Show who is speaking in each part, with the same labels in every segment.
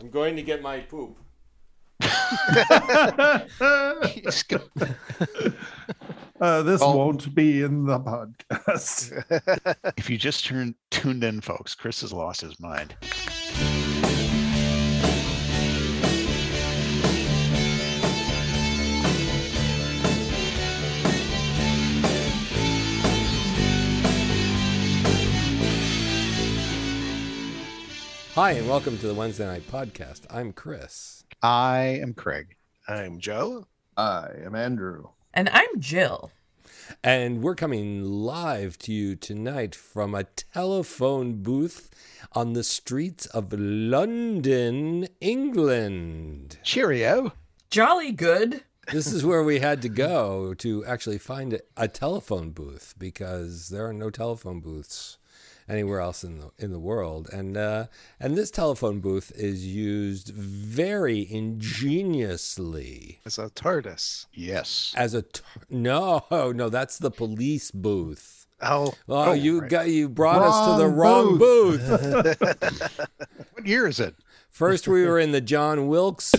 Speaker 1: I'm going to get my poop.
Speaker 2: He's go-
Speaker 3: Uh, this
Speaker 2: Oh.
Speaker 3: won't be in the podcast.
Speaker 4: If you just turned tuned in, folks, Chris has lost his mind.
Speaker 5: Hi, and welcome to the Wednesday Night Podcast. I'm Chris.
Speaker 4: I am Craig.
Speaker 6: I'm Joe.
Speaker 3: I am Andrew.
Speaker 7: And I'm Jill.
Speaker 5: And we're coming live to you tonight from a telephone booth on the streets of London, England.
Speaker 4: Cheerio.
Speaker 7: Jolly good.
Speaker 5: This is where we had to go to actually find a telephone booth because there are no telephone booths anywhere else in the in the world. And uh, and this telephone booth is used very ingeniously
Speaker 6: It's a TARDIS.
Speaker 4: Yes.
Speaker 5: as a t- no no that's the police booth
Speaker 6: Oh,
Speaker 5: oh, you
Speaker 4: right.
Speaker 5: got you brought us to the
Speaker 3: Wrong
Speaker 5: wrong booth
Speaker 4: What year is it?
Speaker 5: first we were in the john wilkes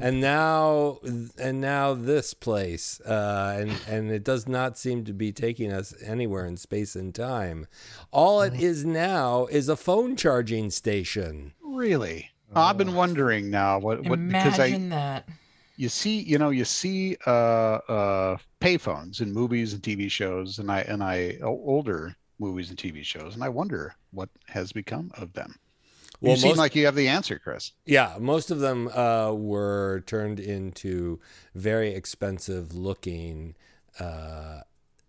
Speaker 5: and now and now this place uh, and and it does not seem to be taking us anywhere in space and time all it is now is a phone charging station
Speaker 4: Really? I've been wondering now what, what because I
Speaker 7: Imagine that.
Speaker 4: you see you know you see uh uh payphones in movies and TV shows and I and I o- older movies and TV shows and I wonder what has become of them.
Speaker 5: well
Speaker 4: you seem
Speaker 5: most-
Speaker 4: like you have the answer, Chris.
Speaker 5: Yeah, most of them uh, were turned into very expensive looking uh,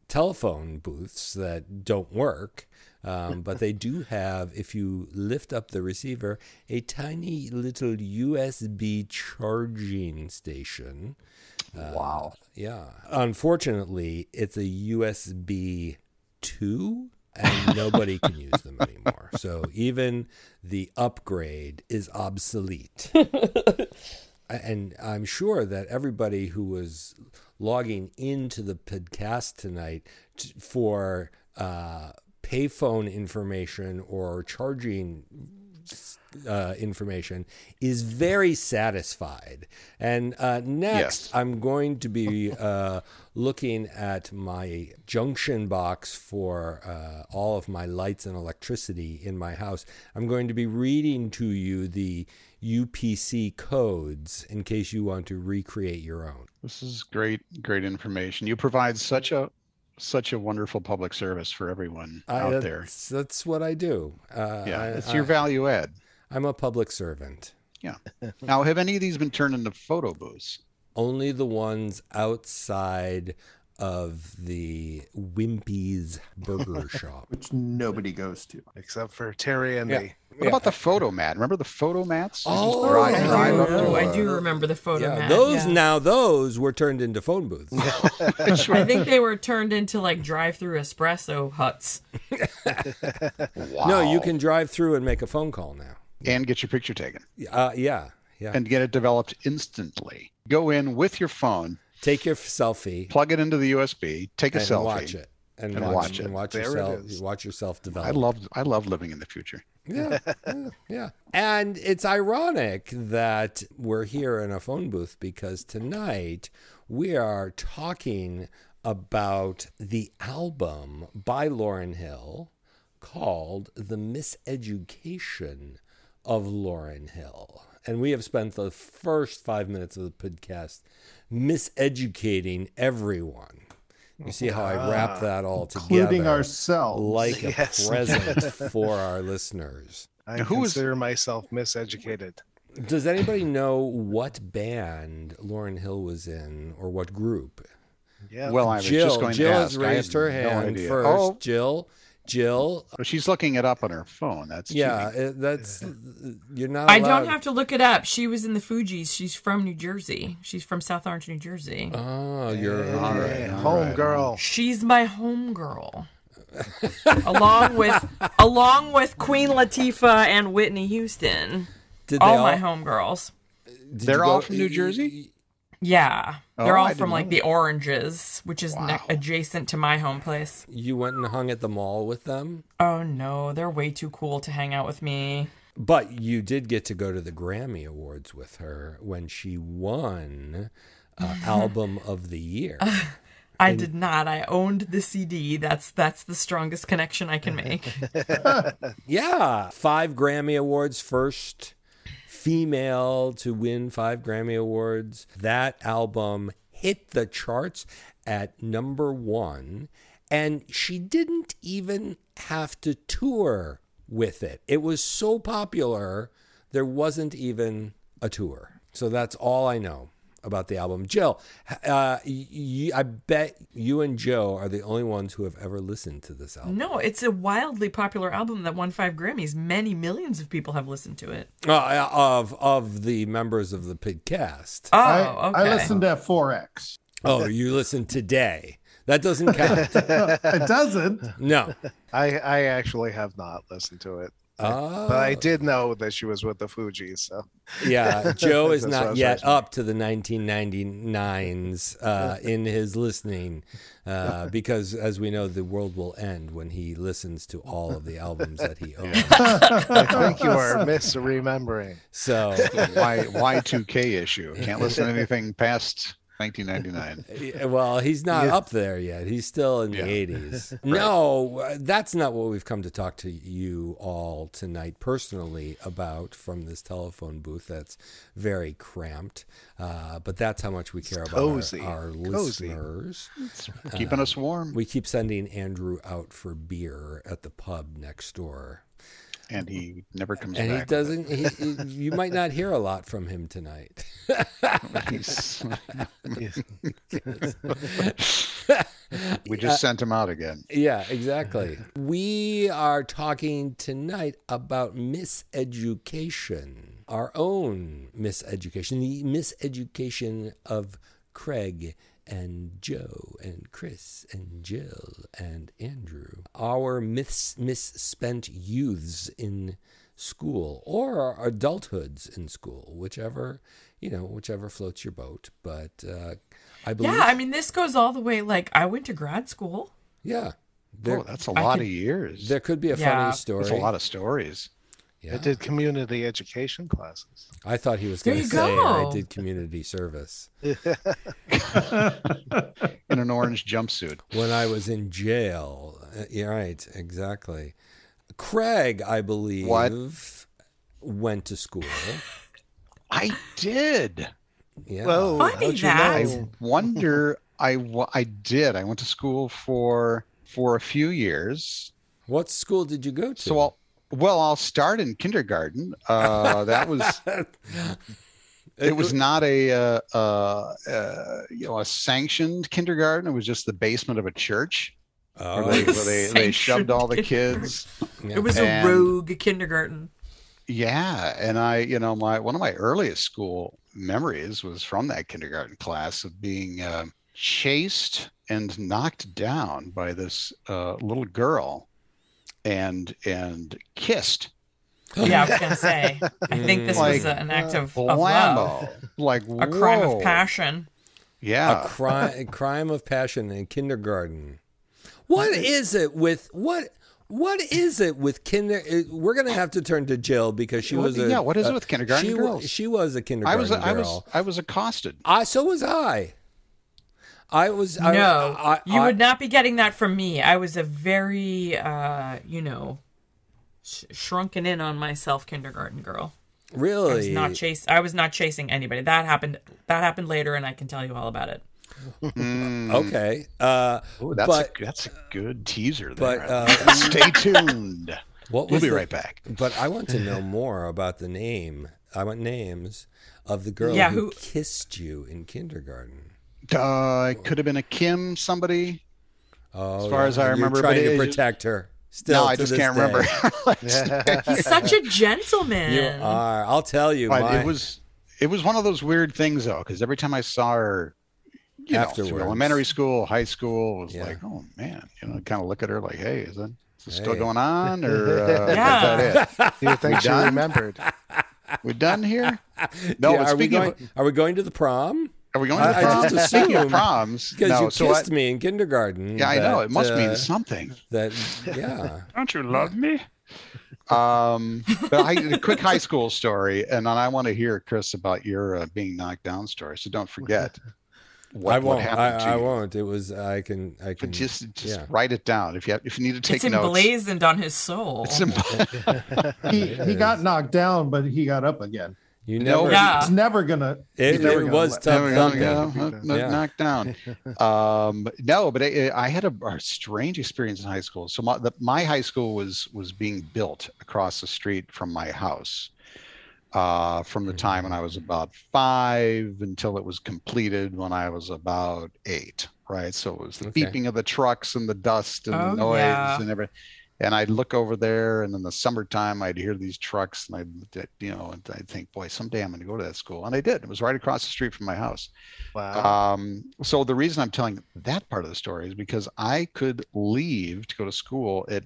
Speaker 5: telephone booths that don't work. Um, but they do have, if you lift up the receiver, a tiny little USB charging station. wow. Yeah. Unfortunately, it's a USB 2 and nobody can use them anymore. So even the upgrade is obsolete. and I'm sure that everybody who was logging into the podcast tonight t- for uh, payphone information or charging uh, information is very satisfied. And uh, next,
Speaker 4: Yes.
Speaker 5: I'm going to be uh, looking at my junction box for uh, all of my lights and electricity in my house. I'm going to be reading to you the UPC codes in case you want to recreate your own.
Speaker 4: This is great, great information. You provide such a such a wonderful public service for everyone out
Speaker 5: I, uh,
Speaker 4: there.
Speaker 5: That's, that's what I do. Uh,
Speaker 4: Yeah,
Speaker 5: I,
Speaker 4: it's your
Speaker 5: I-
Speaker 4: value add.
Speaker 5: I'm a public servant.
Speaker 4: Now, have any of these been turned into photo booths?
Speaker 5: Only the ones outside of the Wimpy's Burger Shop.
Speaker 8: which nobody goes to.
Speaker 6: except for Terry and
Speaker 5: Yeah.
Speaker 6: me.
Speaker 4: What about the photo mat? Remember the photo mats? You
Speaker 5: Oh,
Speaker 4: just drive-
Speaker 5: I do.
Speaker 4: drive up
Speaker 7: Oh,
Speaker 4: to
Speaker 7: I
Speaker 4: a-
Speaker 7: do remember the photo.
Speaker 5: Yeah,
Speaker 7: Matt,
Speaker 5: those
Speaker 7: yeah.
Speaker 5: now those were turned into phone booths.
Speaker 7: I think they were turned into like drive-through espresso huts.
Speaker 5: No, you can drive through and make a phone call now.
Speaker 4: and get your picture taken
Speaker 5: Uh, yeah, yeah.
Speaker 4: and get it developed instantly. Go in with your phone,
Speaker 5: Take your selfie
Speaker 4: plug it into the USB, take a
Speaker 5: and
Speaker 4: selfie.
Speaker 5: watch it, and,
Speaker 4: And
Speaker 5: watch,
Speaker 4: watch it.
Speaker 5: and watch
Speaker 6: There it
Speaker 5: yourself,
Speaker 6: is.
Speaker 5: watch yourself develop.
Speaker 4: I love, I love living in the future.
Speaker 5: yeah, yeah, yeah. And it's ironic that we're here in a phone booth because tonight we are talking about the album by Lauren Hill called The Miseducation of Lauren Hill. And we have spent the first five minutes of the podcast miseducating everyone. You see how I wrap that all together,
Speaker 3: Ah. Including ourselves.
Speaker 5: like a
Speaker 6: Yes.
Speaker 5: present for our listeners.
Speaker 6: I
Speaker 4: Now, who is-
Speaker 6: consider myself miseducated.
Speaker 5: Does anybody know what band Lauren Hill was in or what group?
Speaker 6: Yeah.
Speaker 4: Well, I was
Speaker 5: Jill,
Speaker 4: just going
Speaker 5: Jill
Speaker 4: to ask.
Speaker 5: has
Speaker 4: I
Speaker 5: raised
Speaker 4: had
Speaker 5: her
Speaker 4: no
Speaker 5: hand
Speaker 4: idea.
Speaker 5: first.
Speaker 4: Oh,
Speaker 5: Jill, Jill,
Speaker 4: she's looking it up on her phone. That's
Speaker 5: yeah,
Speaker 4: cheating.
Speaker 5: it- that's you're not.
Speaker 7: I don't
Speaker 5: allowed-
Speaker 7: have to look it up. She was in the Fugees. She's from New Jersey. She's from South Orange, New Jersey.
Speaker 5: Oh, you're
Speaker 4: All right,
Speaker 6: Yeah,
Speaker 4: all
Speaker 6: home
Speaker 4: right.
Speaker 6: girl.
Speaker 7: She's my homegirl. along with along with Queen Latifah and Whitney Houston.
Speaker 5: Did
Speaker 7: all my homegirls.
Speaker 5: did you
Speaker 4: They're all
Speaker 5: go-
Speaker 4: from New Jersey.
Speaker 7: Yeah. They're
Speaker 4: Oh, I
Speaker 7: all
Speaker 4: didn't
Speaker 7: from like
Speaker 4: know
Speaker 7: the Oranges, which is ne- adjacent to my home place.
Speaker 5: You went and hung at the mall with them.
Speaker 7: Oh no, they're way too cool to hang out with me.
Speaker 5: But you did get to go to the Grammy Awards with her when she won uh, Album of the Year.
Speaker 7: I did not. I owned the CD. That's that's the strongest connection I can make.
Speaker 5: Yeah, five Grammy Awards, first female to win five Grammy Awards. That album hit the charts at number one, and she didn't even have to tour with it. It was so popular, there wasn't even a tour. So that's all I know about the album. Jill, h- uh, y- y- I bet you and Joe are the only ones who have ever listened to this album.
Speaker 7: No, it's a wildly popular album that won five Grammys. Many millions of people have listened to it.
Speaker 5: Uh, of of the members of the podcast.
Speaker 7: Oh,
Speaker 3: I,
Speaker 7: okay.
Speaker 3: I listened to 4X.
Speaker 5: Oh, you listen today. That doesn't count.
Speaker 3: it doesn't.
Speaker 5: No.
Speaker 6: I I actually have not listened to it,
Speaker 5: Oh,
Speaker 6: but I did know that she was with the Fugees. So
Speaker 5: yeah. Joe is
Speaker 6: That's what I
Speaker 5: not
Speaker 6: was
Speaker 5: yet
Speaker 6: wondering.
Speaker 5: up to the 1999s uh, in his listening uh, because, as we know, the world will end when he listens to all of the albums that he owns.
Speaker 6: I think you are misremembering.
Speaker 5: So,
Speaker 4: Y Y2K issue. Can't listen to anything past 1999.
Speaker 5: Yeah, well, he's not up there yet. He's still in
Speaker 4: Yeah.
Speaker 5: the 80s. No, uh, that's not what we've come to talk to you all tonight personally about from this telephone booth that's very cramped. Uh, but that's how much we care about our-
Speaker 6: cozy.
Speaker 5: our,
Speaker 6: Cozy.
Speaker 5: listeners.
Speaker 4: Keeping us warm.
Speaker 5: We keep sending Andrew out for beer at the pub next door.
Speaker 4: and he never comes
Speaker 5: And he
Speaker 4: back.
Speaker 5: doesn't, he, he- you might not hear a lot from him tonight.
Speaker 4: He's- we
Speaker 5: Uh,
Speaker 4: just sent him out again.
Speaker 5: Yeah, exactly. we are talking tonight about miseducation, our own miseducation, the miseducation of Craig and Joe and Chris and Jill and Andrew, our mis- misspent youths in school or our adulthoods in school, whichever, you know, whichever floats your boat. But uh, I believe,
Speaker 7: yeah, I mean, this goes all the way. Like, I went to grad school.
Speaker 5: yeah, there,
Speaker 4: Oh, that's a lot
Speaker 7: could-
Speaker 4: of years.
Speaker 5: there could be a
Speaker 7: Yeah.
Speaker 5: funny story.
Speaker 4: That's a lot of stories.
Speaker 5: Yeah.
Speaker 6: I did community education classes.
Speaker 5: I thought he was
Speaker 7: There
Speaker 5: going to
Speaker 7: you
Speaker 5: say I
Speaker 7: go.
Speaker 5: did community service
Speaker 4: In an orange jumpsuit.
Speaker 5: when I was in jail. Uh, Yeah, right, exactly. Craig, I believe, went to school.
Speaker 4: I did.
Speaker 5: Yeah.
Speaker 6: Whoa,
Speaker 7: Funny
Speaker 6: how'd you
Speaker 7: that.
Speaker 6: know?
Speaker 4: I wonder. I wa- I did. I went to school for for a few years.
Speaker 5: What school did you go to?
Speaker 4: So I'll well I'll start in kindergarten. Uh, that was it was not a uh, uh, uh, you know a sanctioned kindergarten. It was just the basement of a church where
Speaker 5: Oh,
Speaker 4: they where they, they shoved
Speaker 7: Sanctioned
Speaker 4: all the
Speaker 7: kindergarten.
Speaker 4: kids.
Speaker 5: yeah.
Speaker 7: It was
Speaker 4: And-
Speaker 7: a rogue kindergarten.
Speaker 4: Yeah, and I you know my one of my earliest school memories was from that kindergarten class of being uh, chased and knocked down by this uh, little girl, and and kissed.
Speaker 7: Yeah, I was gonna say. I think this
Speaker 4: Like,
Speaker 7: was a, an act of, of
Speaker 4: Blammo.
Speaker 7: love,
Speaker 4: Like
Speaker 7: a crime
Speaker 4: whoa.
Speaker 7: of passion.
Speaker 4: Yeah.
Speaker 5: a crime, crime of passion in kindergarten. What is it with what? What is it with kinder? uh, We're gonna have to turn to Jill because she
Speaker 4: What-
Speaker 5: was a
Speaker 4: yeah, what is it
Speaker 5: uh,
Speaker 4: with kindergarten
Speaker 5: she wa-
Speaker 4: girls?
Speaker 5: she was a
Speaker 4: I
Speaker 5: kindergarten
Speaker 4: was
Speaker 5: girl.
Speaker 4: I was I was accosted.
Speaker 5: I so was I. I was I,
Speaker 7: no,
Speaker 5: I,
Speaker 7: you
Speaker 5: I-
Speaker 7: would not be getting that from me. I was a very, uh, you know, sh- shrunken in on myself kindergarten girl.
Speaker 5: really
Speaker 7: I was not chase. I was not chasing anybody. That happened. That happened later, and I can tell you all about it.
Speaker 4: Mm,
Speaker 5: okay. Uh,
Speaker 4: Oh, Ooh, that's
Speaker 5: but
Speaker 4: a, that's a good teaser
Speaker 5: but
Speaker 4: there.
Speaker 5: uh,
Speaker 4: Stay tuned.
Speaker 5: what
Speaker 4: We'll
Speaker 5: was
Speaker 4: be
Speaker 5: the-
Speaker 4: right back.
Speaker 5: But I want to know more about the name. I want names of the girl
Speaker 7: Yeah,
Speaker 5: who,
Speaker 7: who-
Speaker 5: kissed you in kindergarten.
Speaker 4: Uh, it could have been a Kim somebody.
Speaker 5: Oh,
Speaker 4: As far as I
Speaker 5: you're
Speaker 4: remember,
Speaker 5: trying
Speaker 4: but
Speaker 5: to
Speaker 4: it-
Speaker 5: protect her. Still,
Speaker 4: no, I
Speaker 5: to
Speaker 4: just
Speaker 5: this
Speaker 4: can't
Speaker 5: day.
Speaker 4: remember.
Speaker 7: He's such a gentleman.
Speaker 5: You are. I'll tell you.
Speaker 4: But
Speaker 5: my-
Speaker 4: it was it was one of those weird things though, because every time I saw her, you know, through
Speaker 5: Afterwards.
Speaker 4: elementary school, high school, it was
Speaker 5: Yeah.
Speaker 4: like, oh man, you know, kind of look at her like, hey, is that is this still
Speaker 5: Hey.
Speaker 4: going on, or uh, is
Speaker 7: Yeah.
Speaker 4: that
Speaker 6: Do you think she
Speaker 4: done?
Speaker 6: remembered?
Speaker 4: it? We done here? No,
Speaker 5: Yeah,
Speaker 4: but
Speaker 5: are we
Speaker 4: speaking
Speaker 5: going?
Speaker 4: of-
Speaker 5: Are we going to the prom?
Speaker 4: Are we going
Speaker 5: I-
Speaker 4: to
Speaker 5: I
Speaker 4: prom?
Speaker 5: just
Speaker 4: Speaking of
Speaker 5: assumed,
Speaker 4: proms,
Speaker 5: Because
Speaker 4: no,
Speaker 5: you
Speaker 4: so I,
Speaker 5: kissed me in kindergarten.
Speaker 4: yeah, I know
Speaker 5: that,
Speaker 4: it must
Speaker 5: uh,
Speaker 4: mean something.
Speaker 5: that. Yeah.
Speaker 4: Don't you love me? Um, but I, a quick high school story, and then I want to hear Chris about your uh, being knocked down story. So don't forget what,
Speaker 5: I
Speaker 4: what
Speaker 5: won't.
Speaker 4: happened to
Speaker 5: I, I
Speaker 4: you.
Speaker 5: won't. It was. I can. I
Speaker 4: But
Speaker 5: can.
Speaker 4: just just
Speaker 5: yeah.
Speaker 4: write it down if you have, if you need to take
Speaker 7: it's
Speaker 4: notes.
Speaker 7: emblazoned on his soul.
Speaker 4: It's embla-
Speaker 3: He, he got knocked down, but he got up again.
Speaker 5: you
Speaker 4: No,
Speaker 5: never.
Speaker 7: Yeah.
Speaker 3: It's never gonna.
Speaker 5: It,
Speaker 3: he's never
Speaker 5: it
Speaker 3: gonna
Speaker 5: was
Speaker 3: let-
Speaker 5: tough.
Speaker 4: Never gonna
Speaker 5: thumping.
Speaker 4: go,
Speaker 6: Yeah.
Speaker 4: knock- knock-
Speaker 5: Yeah.
Speaker 4: knocked down. um, no, but I, I had a, a strange experience in high school. So my the, my high school was was being built across the street from my house. Uh, from
Speaker 5: Mm-hmm.
Speaker 4: the time when I was about five until it was completed when I was about eight, right? So it was the
Speaker 5: Okay.
Speaker 4: beeping of the trucks and the dust and
Speaker 7: Oh,
Speaker 4: the noise
Speaker 7: yeah.
Speaker 4: and everything. And I'd look over there, and in the summertime, I'd hear these trucks, and I'd, I'd- you know, and I'd think, boy, someday I'm going to go to that school. And I did. It was right across the street from my house.
Speaker 6: Wow.
Speaker 4: Um, so the reason I'm telling that part of the story is because I could leave to go to school at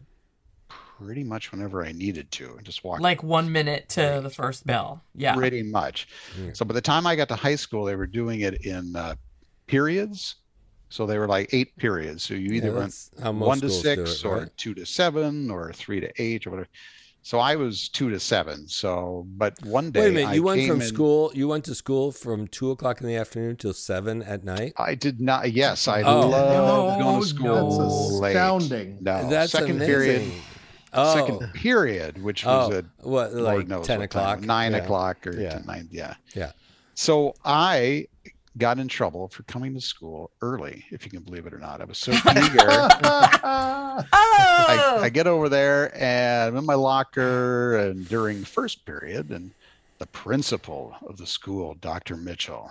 Speaker 4: pretty much whenever I needed to and just walk
Speaker 7: like one minute to the first bell. Yeah. Mm.
Speaker 4: pretty much.
Speaker 5: Yeah.
Speaker 4: So by the time I got to high school, they were doing it in uh, periods. So they were like eight periods. So you either
Speaker 5: Yeah,
Speaker 4: went
Speaker 5: that's how Uh, most
Speaker 4: one to
Speaker 5: schools do
Speaker 4: six
Speaker 5: it,
Speaker 4: or
Speaker 5: right?
Speaker 4: two to seven or three to eight or whatever. So I was two to seven. So, but one day
Speaker 5: Wait a minute.
Speaker 4: I
Speaker 5: You went
Speaker 4: came
Speaker 5: from
Speaker 4: in-
Speaker 5: school. You went to school from two o'clock in the afternoon till seven at night.
Speaker 4: I did not. Yes, I
Speaker 5: Oh.
Speaker 4: love going
Speaker 7: No,
Speaker 4: to
Speaker 3: That's
Speaker 4: school
Speaker 7: no.
Speaker 4: late.
Speaker 3: astounding.
Speaker 4: No,
Speaker 5: That's
Speaker 4: Oh, second
Speaker 5: amazing.
Speaker 4: period.
Speaker 5: Oh,
Speaker 4: Second period, which was
Speaker 5: oh,
Speaker 4: at
Speaker 5: what
Speaker 4: Lord
Speaker 5: like
Speaker 4: knows
Speaker 5: ten
Speaker 4: what time,
Speaker 5: o'clock,
Speaker 4: nine
Speaker 5: Yeah.
Speaker 4: o'clock, or
Speaker 5: Yeah.
Speaker 4: to nine. Yeah,
Speaker 5: Yeah.
Speaker 4: So I got in trouble for coming to school early, if you can believe it or not. I was so eager.
Speaker 7: Oh,
Speaker 4: I, I get over there and I'm in my locker and during first period and the principal of the school, Dr. Mitchell,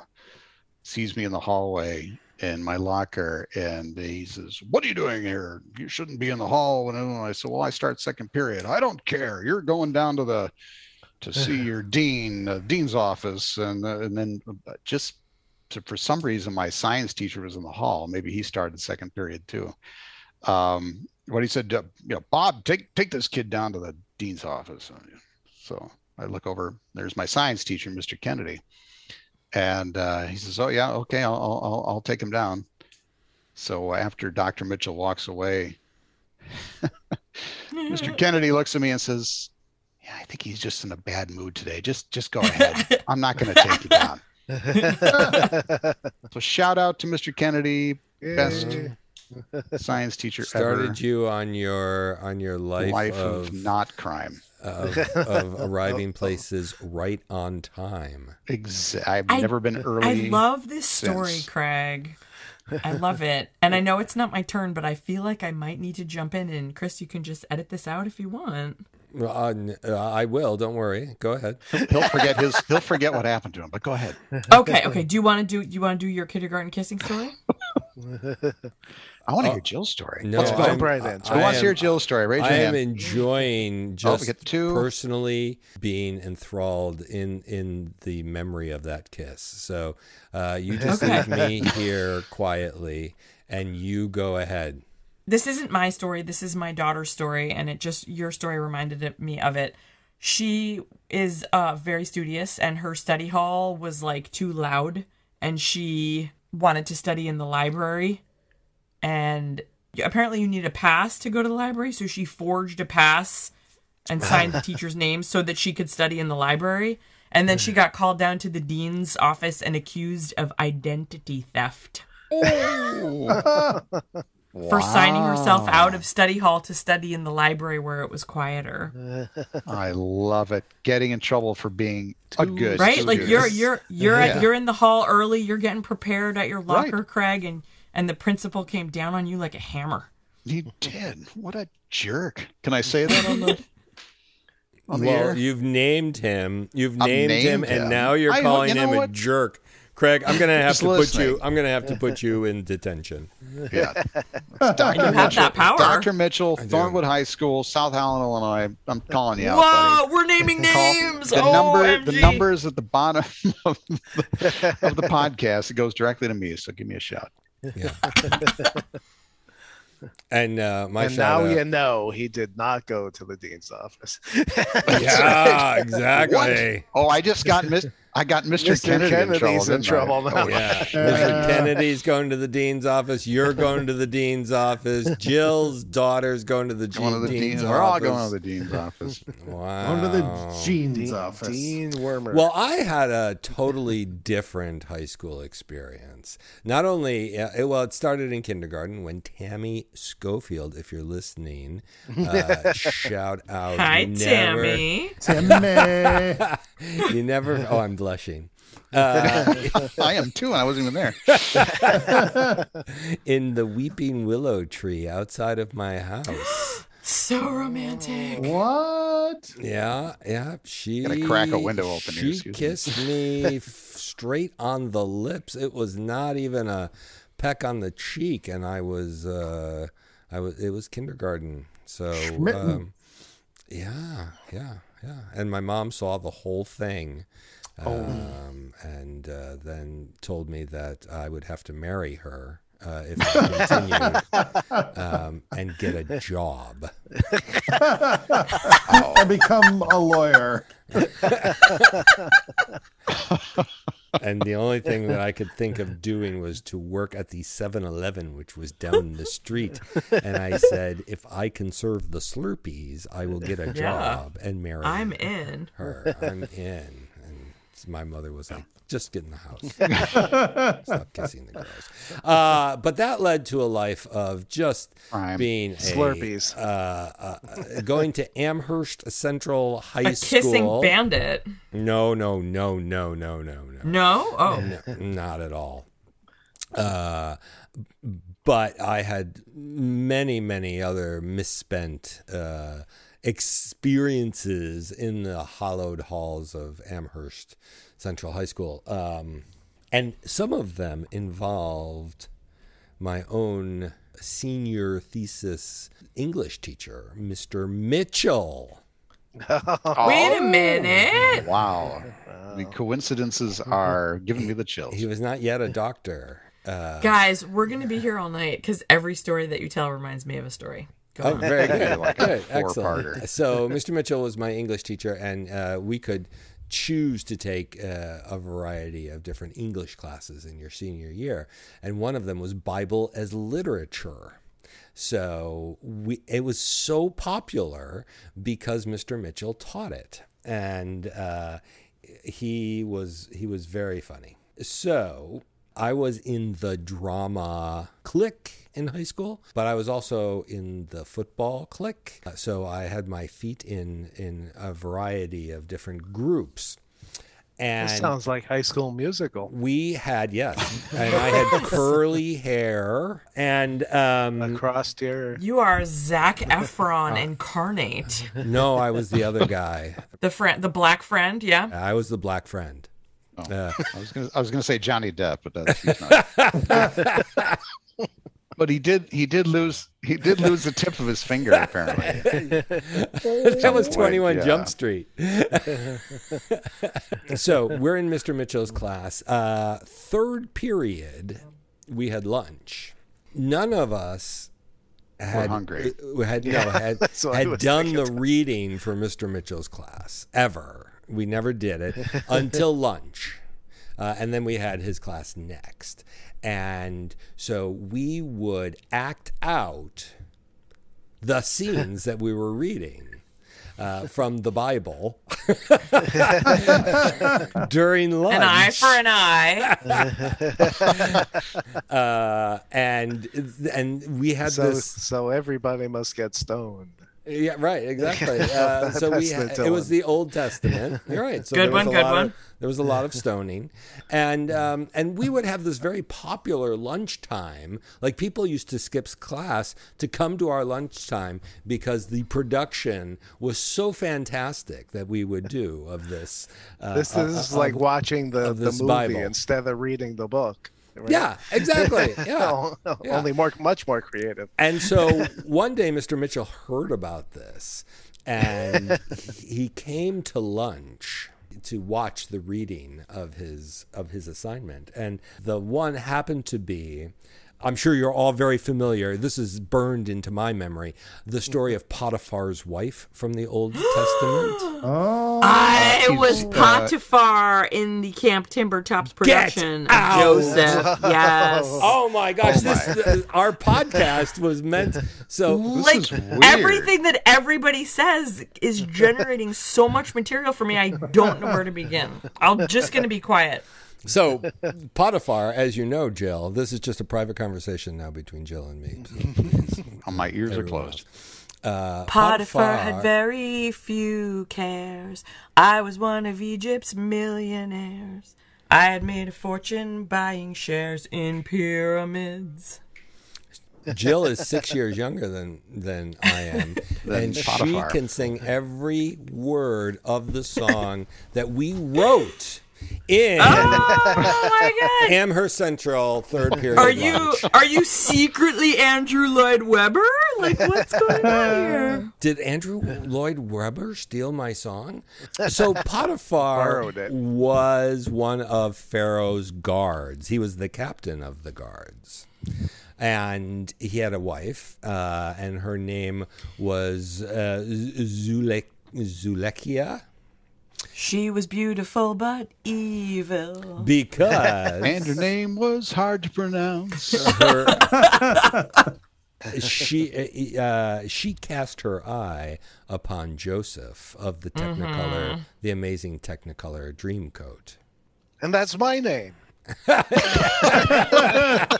Speaker 4: sees me in the hallway in my locker and he says, What are you doing here? You shouldn't be in the hall. And I said, Well, I start second period. I don't care. You're going down to the to see your dean, uh, dean's office, and uh, and then uh, just to, for some reason my science teacher was in the hall. Maybe he started second period too. Um, what he said, uh, you know, Bob, take take this kid down to the dean's office. So I look over. There's my science teacher, Mr. Kennedy, and uh, he says, "Oh yeah, okay, I'll I'll I'll- I'll take him down." So after Dr. Mitchell walks away,
Speaker 7: Hmm.
Speaker 4: Mr. Kennedy looks at me and says, "Yeah, I think he's just in a bad mood today. Just just go ahead. I'm not going to take you down." So shout out to Mr. Kennedy, Best
Speaker 6: Yay.
Speaker 4: science teacher
Speaker 5: Started
Speaker 4: ever.
Speaker 5: you on your on your life,
Speaker 4: life
Speaker 5: of,
Speaker 4: of not crime.
Speaker 5: of, of arriving places right on time.
Speaker 4: Exa- I've
Speaker 7: I-
Speaker 4: never been
Speaker 7: I
Speaker 4: early.
Speaker 7: love this story,
Speaker 4: since.
Speaker 7: Craig. I love it. And I know it's not my turn, but I feel like I might need to jump in. And Chris, you can just edit this out if you want.
Speaker 5: Well, I- uh, I will. Don't worry. Go ahead.
Speaker 4: He'll forget his. He'll forget what happened to him. But go ahead.
Speaker 7: Okay, okay. Do you want to do? You want to do your kindergarten kissing story?
Speaker 4: I want to
Speaker 5: Oh,
Speaker 4: hear Jill's story.
Speaker 5: No,
Speaker 4: Let's go.
Speaker 5: I'm-
Speaker 6: right in.
Speaker 4: Who
Speaker 5: I
Speaker 4: wants to hear
Speaker 5: am-
Speaker 4: Jill's story? Raise your
Speaker 5: I am
Speaker 4: hand.
Speaker 5: enjoying
Speaker 4: Oh, we
Speaker 5: just
Speaker 4: get two.
Speaker 5: personally being enthralled in in the memory of that kiss. So uh, you just
Speaker 7: Okay.
Speaker 5: leave me here quietly, and you go ahead.
Speaker 7: this isn't my story this is my daughter's story and it just your story reminded it- me of it she is uh very studious and her study hall was like too loud and she wanted to study in the library and apparently you need a pass to go to the library so she forged a pass and signed the teacher's name so that she could study in the library and then she got called down to the dean's office and accused of identity theft for signing herself out of study hall to study in the library where it was quieter.
Speaker 4: I love it. Getting in trouble for being a good
Speaker 7: Right? Like you're
Speaker 4: student.
Speaker 7: you're you're
Speaker 4: Yeah.
Speaker 7: at, you're in the hall early, you're getting prepared at your
Speaker 4: Right.
Speaker 7: locker, Craig, and and the principal came down on you like a hammer.
Speaker 4: He did. What a jerk. Can I say that on the on the
Speaker 5: well,
Speaker 4: air?
Speaker 5: you've named him. You've
Speaker 4: I've
Speaker 5: named, him,
Speaker 4: named him.
Speaker 5: and now you're
Speaker 4: I- you
Speaker 5: calling
Speaker 4: know
Speaker 5: him a
Speaker 4: what?
Speaker 5: jerk, Craig. I'm gonna have
Speaker 4: Just
Speaker 5: to put you.
Speaker 4: listening.
Speaker 5: I'm gonna have to put you in detention.
Speaker 4: yeah.
Speaker 7: And you have that power.
Speaker 4: Dr. Mitchell, Thornwood High School, South Holland, Illinois. I'm calling you out, buddy.
Speaker 7: Whoa, we're naming
Speaker 4: call-
Speaker 7: names.
Speaker 4: The
Speaker 7: oh,
Speaker 4: number, the numbers at the bottom of the, of the podcast. It goes directly to me, so give me a shout.
Speaker 5: Yeah. and uh, my
Speaker 6: and
Speaker 5: shout
Speaker 6: now
Speaker 5: out-
Speaker 6: you know he did not go to the dean's office.
Speaker 5: yeah, exactly.
Speaker 4: What? Oh, I just got mis- I got Mr. Kennedy
Speaker 6: Kennedy's
Speaker 4: in
Speaker 6: in
Speaker 4: trouble. Oh,
Speaker 6: trouble now.
Speaker 5: Yeah.
Speaker 3: Uh,
Speaker 5: Mr. Kennedy's going to the dean's office. You're going to the dean's office. Jill's daughter's going to the,
Speaker 4: didn't I? Going to the
Speaker 5: dean's
Speaker 4: dean's.
Speaker 5: office.
Speaker 4: We're all going to the dean's office.
Speaker 5: Wow.
Speaker 3: Under
Speaker 5: Oh.
Speaker 3: the jeans
Speaker 6: Dean,
Speaker 3: office.
Speaker 6: Dean Wormer.
Speaker 5: Well, I had a totally different high school experience. Not only, uh, it- well, it started in kindergarten when Tammy Schofield, if you're listening, uh, shout out.
Speaker 7: Hi,
Speaker 5: you never-
Speaker 7: Tammy.
Speaker 3: Timmy.
Speaker 5: You never, oh, I'm blushing. Uh,
Speaker 4: I am too, and I wasn't even there.
Speaker 5: in the weeping willow tree outside of my house.
Speaker 7: So romantic.
Speaker 3: what?
Speaker 5: Yeah, yeah. She
Speaker 4: Gonna crack a window open here,
Speaker 5: She
Speaker 4: excuse me.
Speaker 5: kissed me f- straight on the lips. It was not even a peck on the cheek, and I was, uh, I was. It was kindergarten, so
Speaker 3: Schmitten.
Speaker 5: um, yeah, yeah, yeah. And my mom saw the whole thing. Um, and uh, then told me that I would have to marry her uh, if I continued um, and get a job.
Speaker 3: I become a lawyer.
Speaker 5: and the only thing that I could think of doing was to work at the 7-Eleven, which was down the street. And I said, if I can serve the Slurpees, I will get a job and marry
Speaker 7: I'm in.
Speaker 5: her. I'm in. And my mother was like, just get in the house. Stop kissing the girls. Uh, but that led to a life of just
Speaker 4: Crime.
Speaker 5: being a,
Speaker 6: Slurpees.
Speaker 5: uh, uh, going to Amherst Central High
Speaker 7: A
Speaker 5: School.
Speaker 7: kissing bandit.
Speaker 5: No, no, no, no, no, no, no.
Speaker 7: No? Oh.
Speaker 5: No, not at all. Uh, but I had many, many other misspent uh, experiences in the hollowed halls of Amherst Central High School. Um, and some of them involved my own senior thesis English teacher, Mr. Mitchell.
Speaker 7: Wait a minute.
Speaker 4: Oh, Wow. The coincidences are giving me the chills.
Speaker 5: He was not yet a doctor. Uh,
Speaker 7: Guys, we're going to be here all night because every story that you tell reminds me of a story. Go
Speaker 5: Oh,
Speaker 7: on.
Speaker 5: very good.
Speaker 4: Like a
Speaker 5: good. Excellent.
Speaker 4: four-parter.
Speaker 5: So, Mr. Mitchell was my English teacher, and uh, we could choose to take uh, a variety of different English classes in your senior year. And one of them was Bible as literature. So we, it was so popular because Mr. Mitchell taught it, and uh, he was he was very funny. So I was in the drama clique in high school, but I was also in the football clique. Uh, So I had my feet in in a variety of different groups. And
Speaker 6: That sounds like High School Musical.
Speaker 5: we had yes, and I had curly hair, and um,
Speaker 6: Across your
Speaker 7: You are Zach Efron incarnate.
Speaker 5: No, I was the other guy.
Speaker 7: The friend, the black friend, yeah.
Speaker 5: I was the black friend.
Speaker 4: Oh. I was gonna I was gonna say Johnny Depp, but that's he's not. but he did he did lose he did lose the tip of his finger apparently.
Speaker 5: that was
Speaker 4: Wait,
Speaker 5: 21
Speaker 4: yeah.
Speaker 5: Jump Street. so we're in Mr. Mitchell's class. Uh, third period, we had lunch. None of us had
Speaker 4: hungry.
Speaker 5: We had no had,
Speaker 6: that's what I
Speaker 5: had
Speaker 6: was
Speaker 5: done the reading for Mr. Mitchell's class ever. We never did it until lunch. Uh, and then we had his class next. And so we would act out the scenes that we were reading uh, from the Bible during lunch.
Speaker 7: An eye for an eye.
Speaker 5: uh, and and we had
Speaker 6: so
Speaker 5: this.
Speaker 6: so everybody must get stoned.
Speaker 5: Yeah, right. Exactly. Uh, so we
Speaker 6: That's
Speaker 5: had,
Speaker 6: the
Speaker 5: it was the
Speaker 6: dilemma.
Speaker 5: Old Testament. You're right. So
Speaker 7: Good
Speaker 5: there was
Speaker 7: one,
Speaker 5: a
Speaker 7: good
Speaker 5: lot of-
Speaker 7: one.
Speaker 5: there was a lot of stoning, and um, and we would have this very popular lunchtime. Like people used to skip class to come to our lunchtime because the production was so fantastic that we would do of this. Uh,
Speaker 6: This
Speaker 5: uh,
Speaker 6: is
Speaker 5: uh,
Speaker 6: like
Speaker 5: of-
Speaker 6: watching the,
Speaker 5: of
Speaker 6: the
Speaker 5: this
Speaker 6: movie
Speaker 5: Bible.
Speaker 6: instead of reading the book. right? Oh,
Speaker 5: yeah, exactly. Yeah.
Speaker 6: No, no,
Speaker 5: Yeah.
Speaker 6: Only more, much more creative.
Speaker 5: And so one day, Mr. Mitchell heard about this and he came to lunch to watch the reading of his of his assignment and the one happened to be I'm sure you're all very familiar. This is burned into my memory. The story of Potiphar's wife from the Old Testament.
Speaker 3: Oh,
Speaker 7: I
Speaker 4: he's,
Speaker 7: was
Speaker 4: uh,
Speaker 7: Potiphar in the Camp Timber Tops production of
Speaker 5: out!
Speaker 7: Joseph. Yes.
Speaker 5: Oh my gosh!
Speaker 4: Oh my.
Speaker 5: This uh, our podcast was meant so.
Speaker 4: This
Speaker 7: like
Speaker 4: is weird.
Speaker 7: everything that everybody says is generating so much material for me. I don't know where to begin. I'm just gonna be quiet.
Speaker 5: So, Potiphar, as you know, Jill, this is just a private conversation now between Jill and me.
Speaker 4: Oh, my ears are closed.
Speaker 5: Uh,
Speaker 7: Potiphar had very few cares. I was one of Egypt's millionaires. I had made a fortune buying shares in pyramids.
Speaker 5: Jill is six years younger than than I am, and she
Speaker 4: Potiphar.
Speaker 5: can sing every word of the song that we wrote in
Speaker 7: Oh my god!
Speaker 5: Amherst Central third period.
Speaker 7: Ah! Are you
Speaker 5: lunch.
Speaker 7: are you secretly Andrew Lloyd Webber? Like what's going on here?
Speaker 5: Did Andrew Lloyd Webber steal my song? So Potiphar
Speaker 6: Borrowed it.
Speaker 5: was one of Pharaoh's guards. He was the captain of the guards. And he had a wife, uh, and her name was uh, Zulek- Zulekia
Speaker 7: She was beautiful but evil.
Speaker 5: because
Speaker 4: And her name was hard to pronounce.
Speaker 5: her, she uh, she cast her eye upon Joseph of the
Speaker 6: Mm-hmm.
Speaker 5: Technicolor, the amazing Technicolor Dreamcoat.
Speaker 6: And that's my name.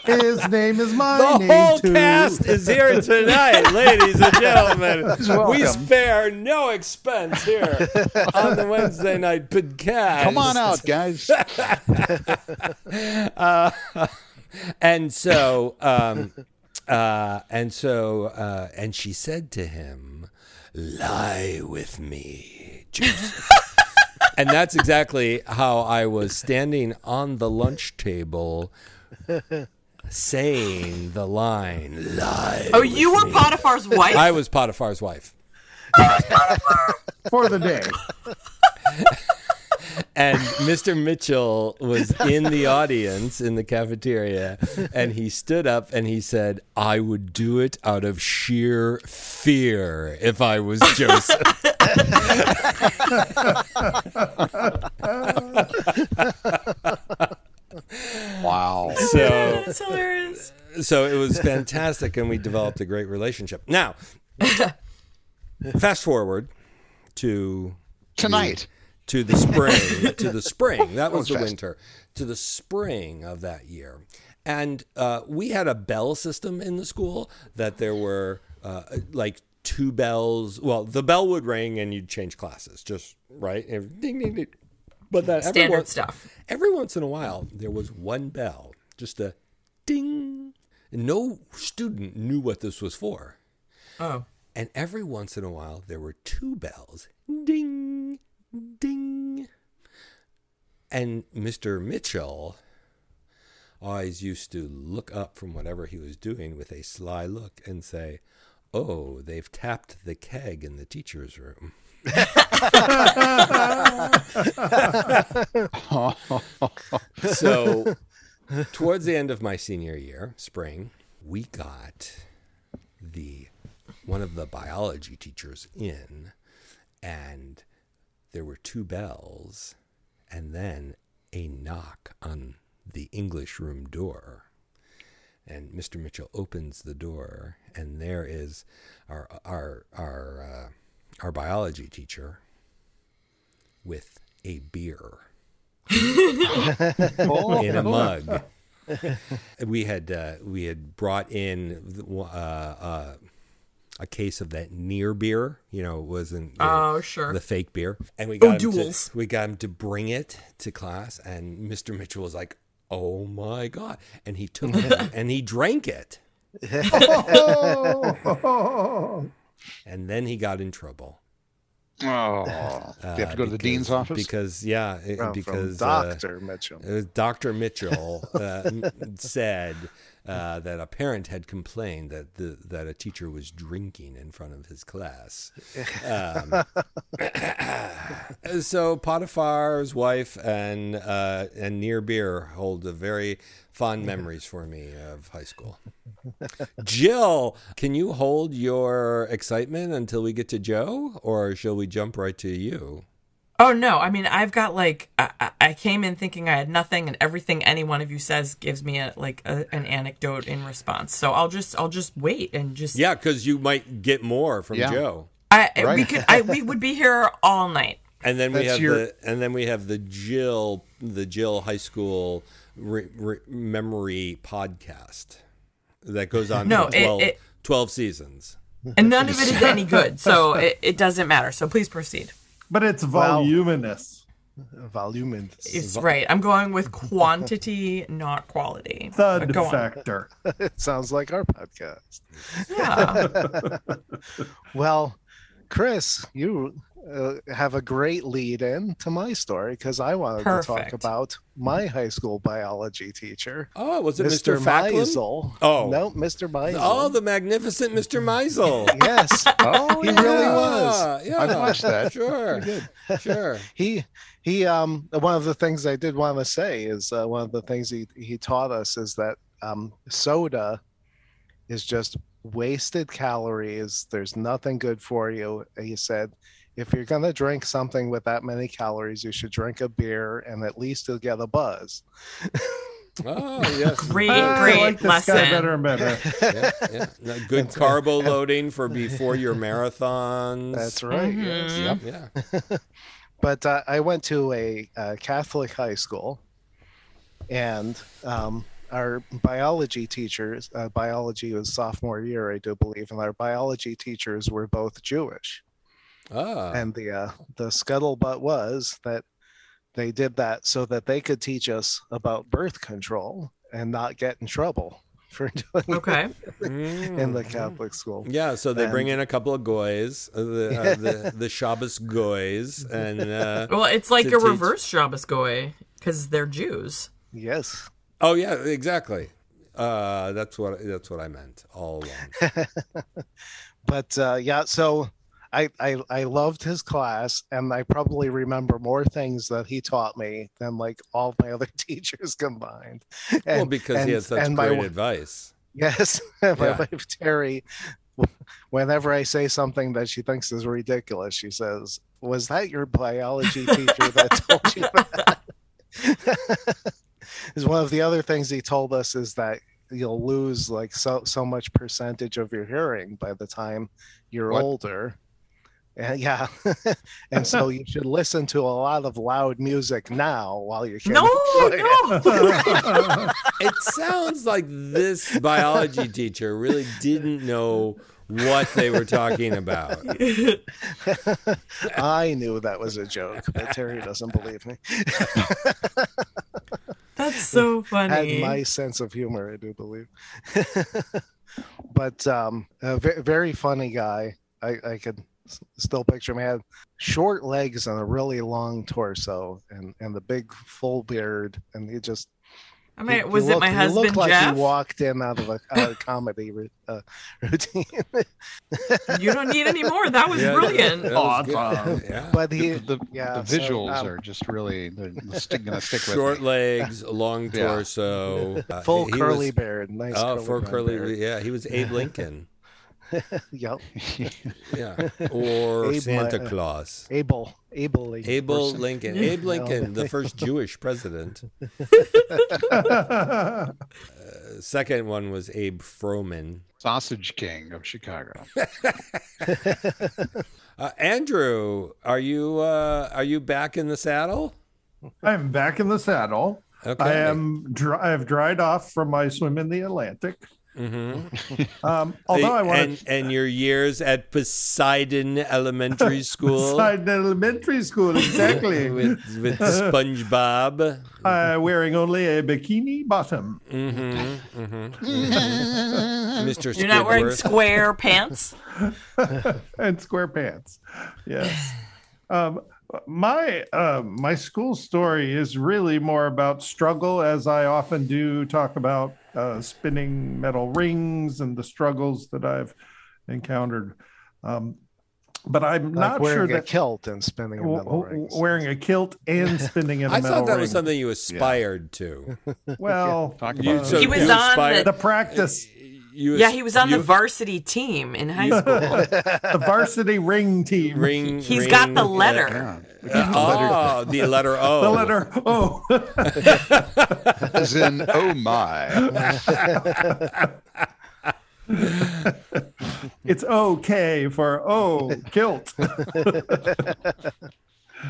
Speaker 3: his name is my
Speaker 5: The
Speaker 3: name
Speaker 5: whole
Speaker 3: too.
Speaker 5: cast is here tonight, ladies and gentlemen. We
Speaker 4: welcome.
Speaker 5: spare no expense here on the Wednesday night podcast.
Speaker 4: Come on out, guys.
Speaker 5: and so um uh and so uh and she said to him lie with me joseph and that's exactly how i was standing on the lunch table saying the line lie
Speaker 7: Oh, you were Potiphar's wife.
Speaker 5: i was potiphar's wife
Speaker 3: for the day.
Speaker 5: and Mr. Mitchell was in the audience in the cafeteria, and he stood up and he said, "I would do it out of sheer fear if I was Joseph."
Speaker 4: Wow.
Speaker 5: so,
Speaker 7: That's hilarious.
Speaker 5: so it was fantastic, and we developed a great relationship. Now, fast forward to
Speaker 4: Tonight.
Speaker 5: to the spring to the spring that was the
Speaker 4: fast.
Speaker 5: winter to the spring of that year and uh, we had a bell system in the school that there were uh, like two bells well the bell would ring and you'd change classes just right And ding ding ding but that every
Speaker 7: Standard
Speaker 5: once-
Speaker 7: stuff.
Speaker 5: every once in a while there was one bell just a ding And no student knew what this was for
Speaker 7: Oh.
Speaker 5: and every once in a while, there were two bells ding, ding. And Mr. Mitchell always used to look up from whatever he was doing with a sly look and say, Oh, they've tapped the keg in the teacher's room. So, towards the end of my senior year, spring, we got the one of the biology teachers in, and there were two bells, and then a knock on the English room door. And Mr. Mitchell opens the door, and there is our our our uh, our biology teacher with a beer in a mug. we had uh, we had brought in the- uh, uh, a case of that near beer. You know, it wasn't uh, the,
Speaker 7: Oh, sure.
Speaker 5: the fake beer, and we got him
Speaker 7: duels.
Speaker 5: to, we got him to bring it to class, and Mr. Mitchell was like, "Oh my god!" And he took it and he drank it,
Speaker 3: Oh,
Speaker 5: and then he got in trouble. Uh,
Speaker 4: Oh. Do you have to go to the
Speaker 5: because-
Speaker 4: dean's office?
Speaker 5: because yeah, it-
Speaker 6: Well,
Speaker 5: because
Speaker 6: from
Speaker 5: uh,
Speaker 6: Dr. Mitchell.
Speaker 5: It was Dr. Mitchell uh, m- said uh, that a parent had complained that the that a teacher was drinking in front of his class. Um, so Potiphar's wife and uh, and near beer hold a very fond memories for me of high school. Jill, can you hold your excitement until we get to Joe, or shall we jump right to you?
Speaker 7: Oh no! I mean, I've got like I, I- I came in thinking I had nothing, and everything any one of you says gives me a, like a, an anecdote in response. So I'll just I'll just wait and just
Speaker 5: Yeah, because you might get more from
Speaker 4: Yeah.
Speaker 5: Joe.
Speaker 7: I
Speaker 4: Right.
Speaker 7: we could I we would be here all night.
Speaker 5: And then we
Speaker 4: That's
Speaker 5: have
Speaker 4: your-
Speaker 5: the and then we have the Jill the Jill High School re, re, memory podcast that goes on
Speaker 7: No,
Speaker 5: for
Speaker 7: it-
Speaker 5: 12,
Speaker 7: it-
Speaker 5: 12 seasons.
Speaker 7: And none of it is any good, so it, it doesn't matter. So please proceed.
Speaker 3: But it's
Speaker 6: Wow.
Speaker 3: voluminous.
Speaker 6: Volume
Speaker 7: It's right. I'm going with quantity, not quality.
Speaker 3: Thud
Speaker 7: Go on.
Speaker 3: factor.
Speaker 6: It sounds like our podcast.
Speaker 7: Yeah.
Speaker 6: Well, Chris, you uh, have a great lead in to my story because I wanted to talk
Speaker 7: Perfect.
Speaker 6: about my high school biology teacher,
Speaker 5: Oh, was it Mr.
Speaker 6: Mr.
Speaker 5: Facklin?
Speaker 6: Meisel.
Speaker 5: Oh.
Speaker 6: no, Mr. Meisel.
Speaker 5: Oh, the magnificent Mr. Meisel.
Speaker 6: yes,
Speaker 4: Oh,
Speaker 6: he
Speaker 4: yeah.
Speaker 6: really was.
Speaker 5: Yeah,
Speaker 4: I've watched that.
Speaker 5: Sure. Sure.
Speaker 6: he he um one of the things i did want to say is uh, one of the things he he taught us is that um soda is just wasted calories there's nothing good for you he said if you're going to drink something with that many calories you should drink a beer and at least you'll get a buzz
Speaker 5: Oh, yes.
Speaker 7: Great,
Speaker 3: Ah,
Speaker 7: great
Speaker 3: I like this
Speaker 7: lesson.
Speaker 3: guy better and better.
Speaker 5: Yeah, yeah. No, Good carbo loading for before your marathons.
Speaker 6: that's right yes.
Speaker 7: Mhm.
Speaker 5: Yep. Yeah.
Speaker 6: but uh, I went to a, uh Catholic high school, and um, our biology teachers, uh, biology was sophomore year, I do believe, and our biology teachers were both Jewish.
Speaker 5: Ah.
Speaker 6: And the uh, the scuttlebutt was that they did that so that they could teach us about birth control and not get in trouble for doing
Speaker 7: Okay.
Speaker 6: it in the
Speaker 5: Mm.
Speaker 6: Catholic school.
Speaker 5: Yeah, so they bring
Speaker 6: And-
Speaker 5: in a couple of goys, uh, the uh, the, the Shabbos goys, and uh,
Speaker 7: Well, it's like
Speaker 5: To
Speaker 7: a
Speaker 5: teach-
Speaker 7: reverse Shabbos goy because they're Jews.
Speaker 6: Yes.
Speaker 5: oh yeah, exactly. Uh, that's what that's what I meant all along.
Speaker 6: but uh, yeah, so I, I I loved his class, and I probably remember more things that he taught me than like all my other teachers combined. And,
Speaker 5: well, because he
Speaker 6: and-
Speaker 5: had such
Speaker 6: and my
Speaker 5: great
Speaker 6: wi-
Speaker 5: advice.
Speaker 6: yes, my
Speaker 5: Yeah.
Speaker 6: wife Terry. Whenever I say something that she thinks is ridiculous, she says, "Was that your biology teacher that told you that?" Is one of the other things he told us is that you'll lose like so so much percentage of your hearing by the time you're
Speaker 4: What?
Speaker 6: older. And yeah, and so you should listen to a lot of loud music now while you can.
Speaker 7: No,
Speaker 6: enjoy it.
Speaker 7: no.
Speaker 5: It sounds like this biology teacher really didn't know what they were talking about.
Speaker 6: I knew that was a joke, but Terry doesn't believe me.
Speaker 7: That's so
Speaker 6: Had
Speaker 7: funny.
Speaker 6: my sense of humor, I do believe. but um, a ve- very funny guy. I, I could s- still picture him. He had short legs and a really long torso, and and the big full beard, and he just
Speaker 7: I mean,
Speaker 6: he-
Speaker 7: was
Speaker 6: he
Speaker 7: it my
Speaker 6: looked- he looked
Speaker 7: husband
Speaker 6: like
Speaker 7: Jeff?
Speaker 6: He walked in out of a, out of comedy ru- uh, routine,
Speaker 7: You don't need any more. That was
Speaker 5: Yeah,
Speaker 7: brilliant.
Speaker 5: that was good.
Speaker 3: Awesome.
Speaker 5: Yeah.
Speaker 6: but
Speaker 4: The,
Speaker 6: he
Speaker 4: the,
Speaker 6: yeah,
Speaker 4: the
Speaker 6: so,
Speaker 4: visuals
Speaker 6: um,
Speaker 4: are just really they're, stick, gonna stick with
Speaker 5: Short
Speaker 4: me.
Speaker 5: legs, a long
Speaker 4: Yeah.
Speaker 5: torso, uh,
Speaker 6: full
Speaker 5: he was-
Speaker 6: curly beard, nice
Speaker 5: Oh,
Speaker 6: curly,
Speaker 5: full
Speaker 6: brown
Speaker 5: curly.
Speaker 6: beard.
Speaker 5: Yeah, he was Abe Lincoln.
Speaker 6: Yep.
Speaker 5: Yeah, or
Speaker 6: Abe Mi-
Speaker 5: Santa
Speaker 6: uh,
Speaker 5: Claus.
Speaker 6: Abel, Abel Lincoln.
Speaker 5: Abel
Speaker 6: Or some-
Speaker 5: Lincoln.
Speaker 7: Yeah.
Speaker 5: Abe Lincoln, the first Jewish president. The Uh, second one was Abe Froman.
Speaker 4: Sausage King of Chicago.
Speaker 5: Uh, Andrew, are you uh, are you back in the saddle?
Speaker 3: I'm back in the saddle.
Speaker 5: Okay.
Speaker 3: I am. Dry, I have dried off from my swim in the Atlantic.
Speaker 5: hmm
Speaker 3: Um, although I want
Speaker 5: and,
Speaker 3: to
Speaker 5: and your years at Poseidon Elementary School
Speaker 3: decide elementary school exactly.
Speaker 5: with with SpongeBob.
Speaker 3: uh, wearing only a bikini bottom.
Speaker 5: hmm mm-hmm. Mr.
Speaker 7: You're not wearing
Speaker 5: Squidward.
Speaker 7: square pants.
Speaker 3: and square pants. Yes. Um, My uh, my school story is really more about struggle, as I often do talk about uh, spinning metal rings and the struggles that I've encountered. Um, but I'm
Speaker 6: Like
Speaker 3: not
Speaker 6: wearing
Speaker 3: sure
Speaker 6: a
Speaker 3: that
Speaker 6: kilt and spinning a
Speaker 3: w-
Speaker 6: metal
Speaker 3: w-
Speaker 6: ring.
Speaker 3: wearing a kilt and spinning in a
Speaker 5: I
Speaker 3: metal
Speaker 5: thought that
Speaker 3: ring.
Speaker 5: was something you aspired to.
Speaker 3: Well,
Speaker 4: Talk
Speaker 5: You-
Speaker 4: about
Speaker 5: so
Speaker 4: it.
Speaker 7: He was
Speaker 5: you
Speaker 7: on the-
Speaker 5: aspired-
Speaker 3: the practice,
Speaker 5: You
Speaker 7: yeah, he was on the
Speaker 5: you-
Speaker 7: varsity team in high
Speaker 5: you-
Speaker 7: school.
Speaker 3: the varsity ring team,
Speaker 5: ring.
Speaker 7: He's
Speaker 5: He's
Speaker 7: got the letter.
Speaker 4: Yeah.
Speaker 5: oh, the letter O.
Speaker 3: the letter O.
Speaker 4: As in, oh my.
Speaker 3: it's okay for oh, O kilt.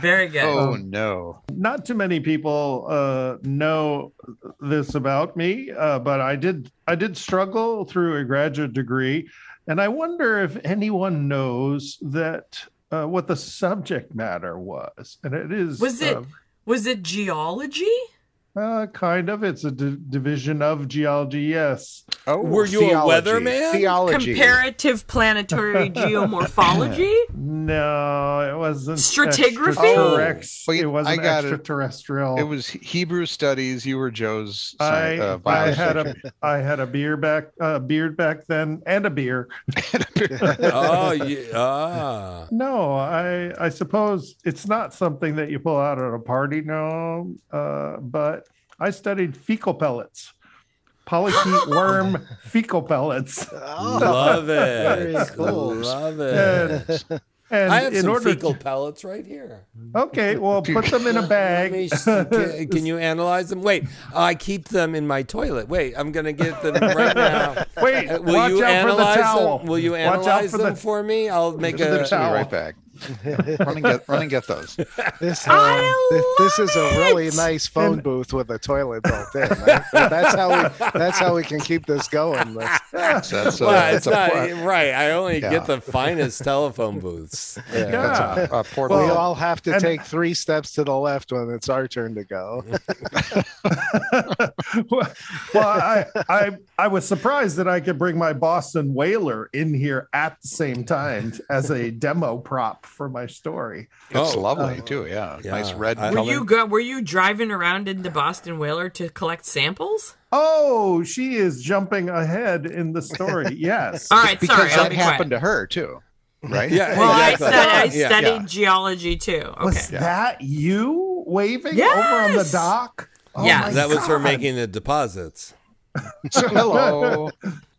Speaker 7: Very good.
Speaker 4: Oh no.
Speaker 3: not too many people uh, know this about me, uh, but I did I did struggle through a graduate degree, and I wonder if anyone knows that uh, what the subject matter was, and it is
Speaker 7: Was it-
Speaker 3: uh,
Speaker 7: Was it geology?
Speaker 3: uh, kind of it's a di- division of geology. Yes,
Speaker 4: Oh,
Speaker 5: Were you a weatherman?
Speaker 4: Theology.
Speaker 7: Comparative planetary geomorphology?
Speaker 3: no, it wasn't
Speaker 7: Stratigraphy?
Speaker 3: extraterrex-
Speaker 4: Oh, wait, I
Speaker 3: it wasn't
Speaker 4: got it.
Speaker 3: extraterrestrial.
Speaker 4: It was Hebrew studies. You were Joe's.
Speaker 3: I,
Speaker 4: sci- uh,
Speaker 3: I
Speaker 4: biology
Speaker 3: had a
Speaker 4: teacher.
Speaker 3: I had a beer back uh, beard back then and a beer.
Speaker 5: oh, you, ah.
Speaker 3: No, I I suppose it's not something that you pull out at a party, no. Uh, but I studied fecal pellets, polychaete worm fecal pellets,
Speaker 6: Oh,
Speaker 5: Love it.
Speaker 6: Very cool.
Speaker 5: Love
Speaker 3: and,
Speaker 5: it.
Speaker 3: and
Speaker 5: I have
Speaker 3: in
Speaker 5: some
Speaker 3: order
Speaker 5: fecal pellets right here.
Speaker 3: okay, well, put them in a
Speaker 5: Let
Speaker 3: bag.
Speaker 5: me s- can, can you analyze them? Wait, I keep them in my toilet. Wait, I'm gonna get them right now.
Speaker 3: Wait,
Speaker 5: Uh, Will
Speaker 3: watch
Speaker 5: you
Speaker 3: out for the
Speaker 5: analyze
Speaker 3: towel.
Speaker 5: them? Will you
Speaker 3: Watch out
Speaker 5: analyze
Speaker 3: for
Speaker 5: them
Speaker 3: the-
Speaker 5: for me? I'll make
Speaker 4: Give them
Speaker 5: a.
Speaker 4: to me right back. Run and get, run and get those.
Speaker 6: this,
Speaker 7: I
Speaker 6: um, thi- this
Speaker 7: love
Speaker 6: is a really
Speaker 7: it!
Speaker 6: nice phone booth with a toilet built in. right? That's how we. That's how we can keep this going. That's-
Speaker 4: That's, that's a,
Speaker 5: Well,
Speaker 4: that's
Speaker 5: it's
Speaker 4: a,
Speaker 5: not
Speaker 4: por-
Speaker 5: right. I only
Speaker 4: Yeah.
Speaker 5: get the finest telephone booths. Yeah.
Speaker 3: Yeah.
Speaker 4: a portal.
Speaker 6: we all have to
Speaker 3: and-
Speaker 6: take three steps to the left when it's our turn to go.
Speaker 3: well, I, I I was surprised that I could bring my Boston Whaler in here at the same time as a demo prop for my story.
Speaker 4: It's
Speaker 5: Oh,
Speaker 4: lovely too. Yeah, nice
Speaker 5: yeah.
Speaker 4: red
Speaker 5: I-
Speaker 7: Were
Speaker 4: color.
Speaker 7: you go- were you driving around in the Boston Whaler to collect samples?
Speaker 3: Oh, she is jumping ahead in the story. Yes.
Speaker 7: All right,
Speaker 4: because
Speaker 7: sorry, I'll
Speaker 4: that
Speaker 7: be
Speaker 4: happened
Speaker 7: quiet.
Speaker 4: to her too, right?
Speaker 5: Yeah.
Speaker 7: Well, I,
Speaker 5: exactly.
Speaker 7: said I
Speaker 5: Yeah.
Speaker 7: studied
Speaker 4: Yeah.
Speaker 7: geology too. Okay.
Speaker 3: Was that you waving
Speaker 7: Yes!
Speaker 3: over on the dock? Oh
Speaker 7: Yeah.
Speaker 3: my
Speaker 5: That was her
Speaker 3: God.
Speaker 5: making the deposits.
Speaker 4: So, hello.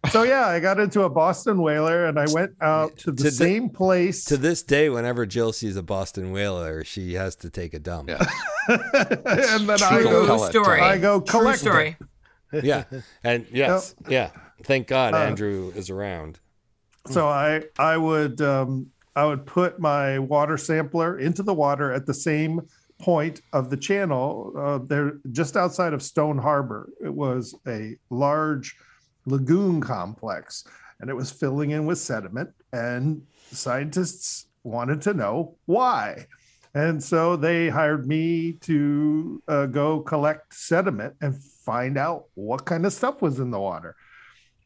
Speaker 3: So yeah, I got into a Boston whaler and I went out to the
Speaker 5: To the-
Speaker 3: same place.
Speaker 5: To this day, whenever Jill sees a Boston whaler, she has to take a dump.
Speaker 4: Yeah.
Speaker 3: and then I
Speaker 4: True
Speaker 3: go,
Speaker 7: True
Speaker 4: pellet.
Speaker 7: story.
Speaker 3: I go
Speaker 7: True
Speaker 3: collect
Speaker 7: story.
Speaker 5: Yeah. And yes, yeah. Thank
Speaker 3: Uh,
Speaker 5: God Andrew is around.
Speaker 3: so i i would um i would put my water sampler into the water at the same point of the channel uh, there just outside of stone harbor it was a large lagoon complex and it was filling in with sediment and scientists wanted to know why and so they hired me to uh, go collect sediment and find out what kind of stuff was in the water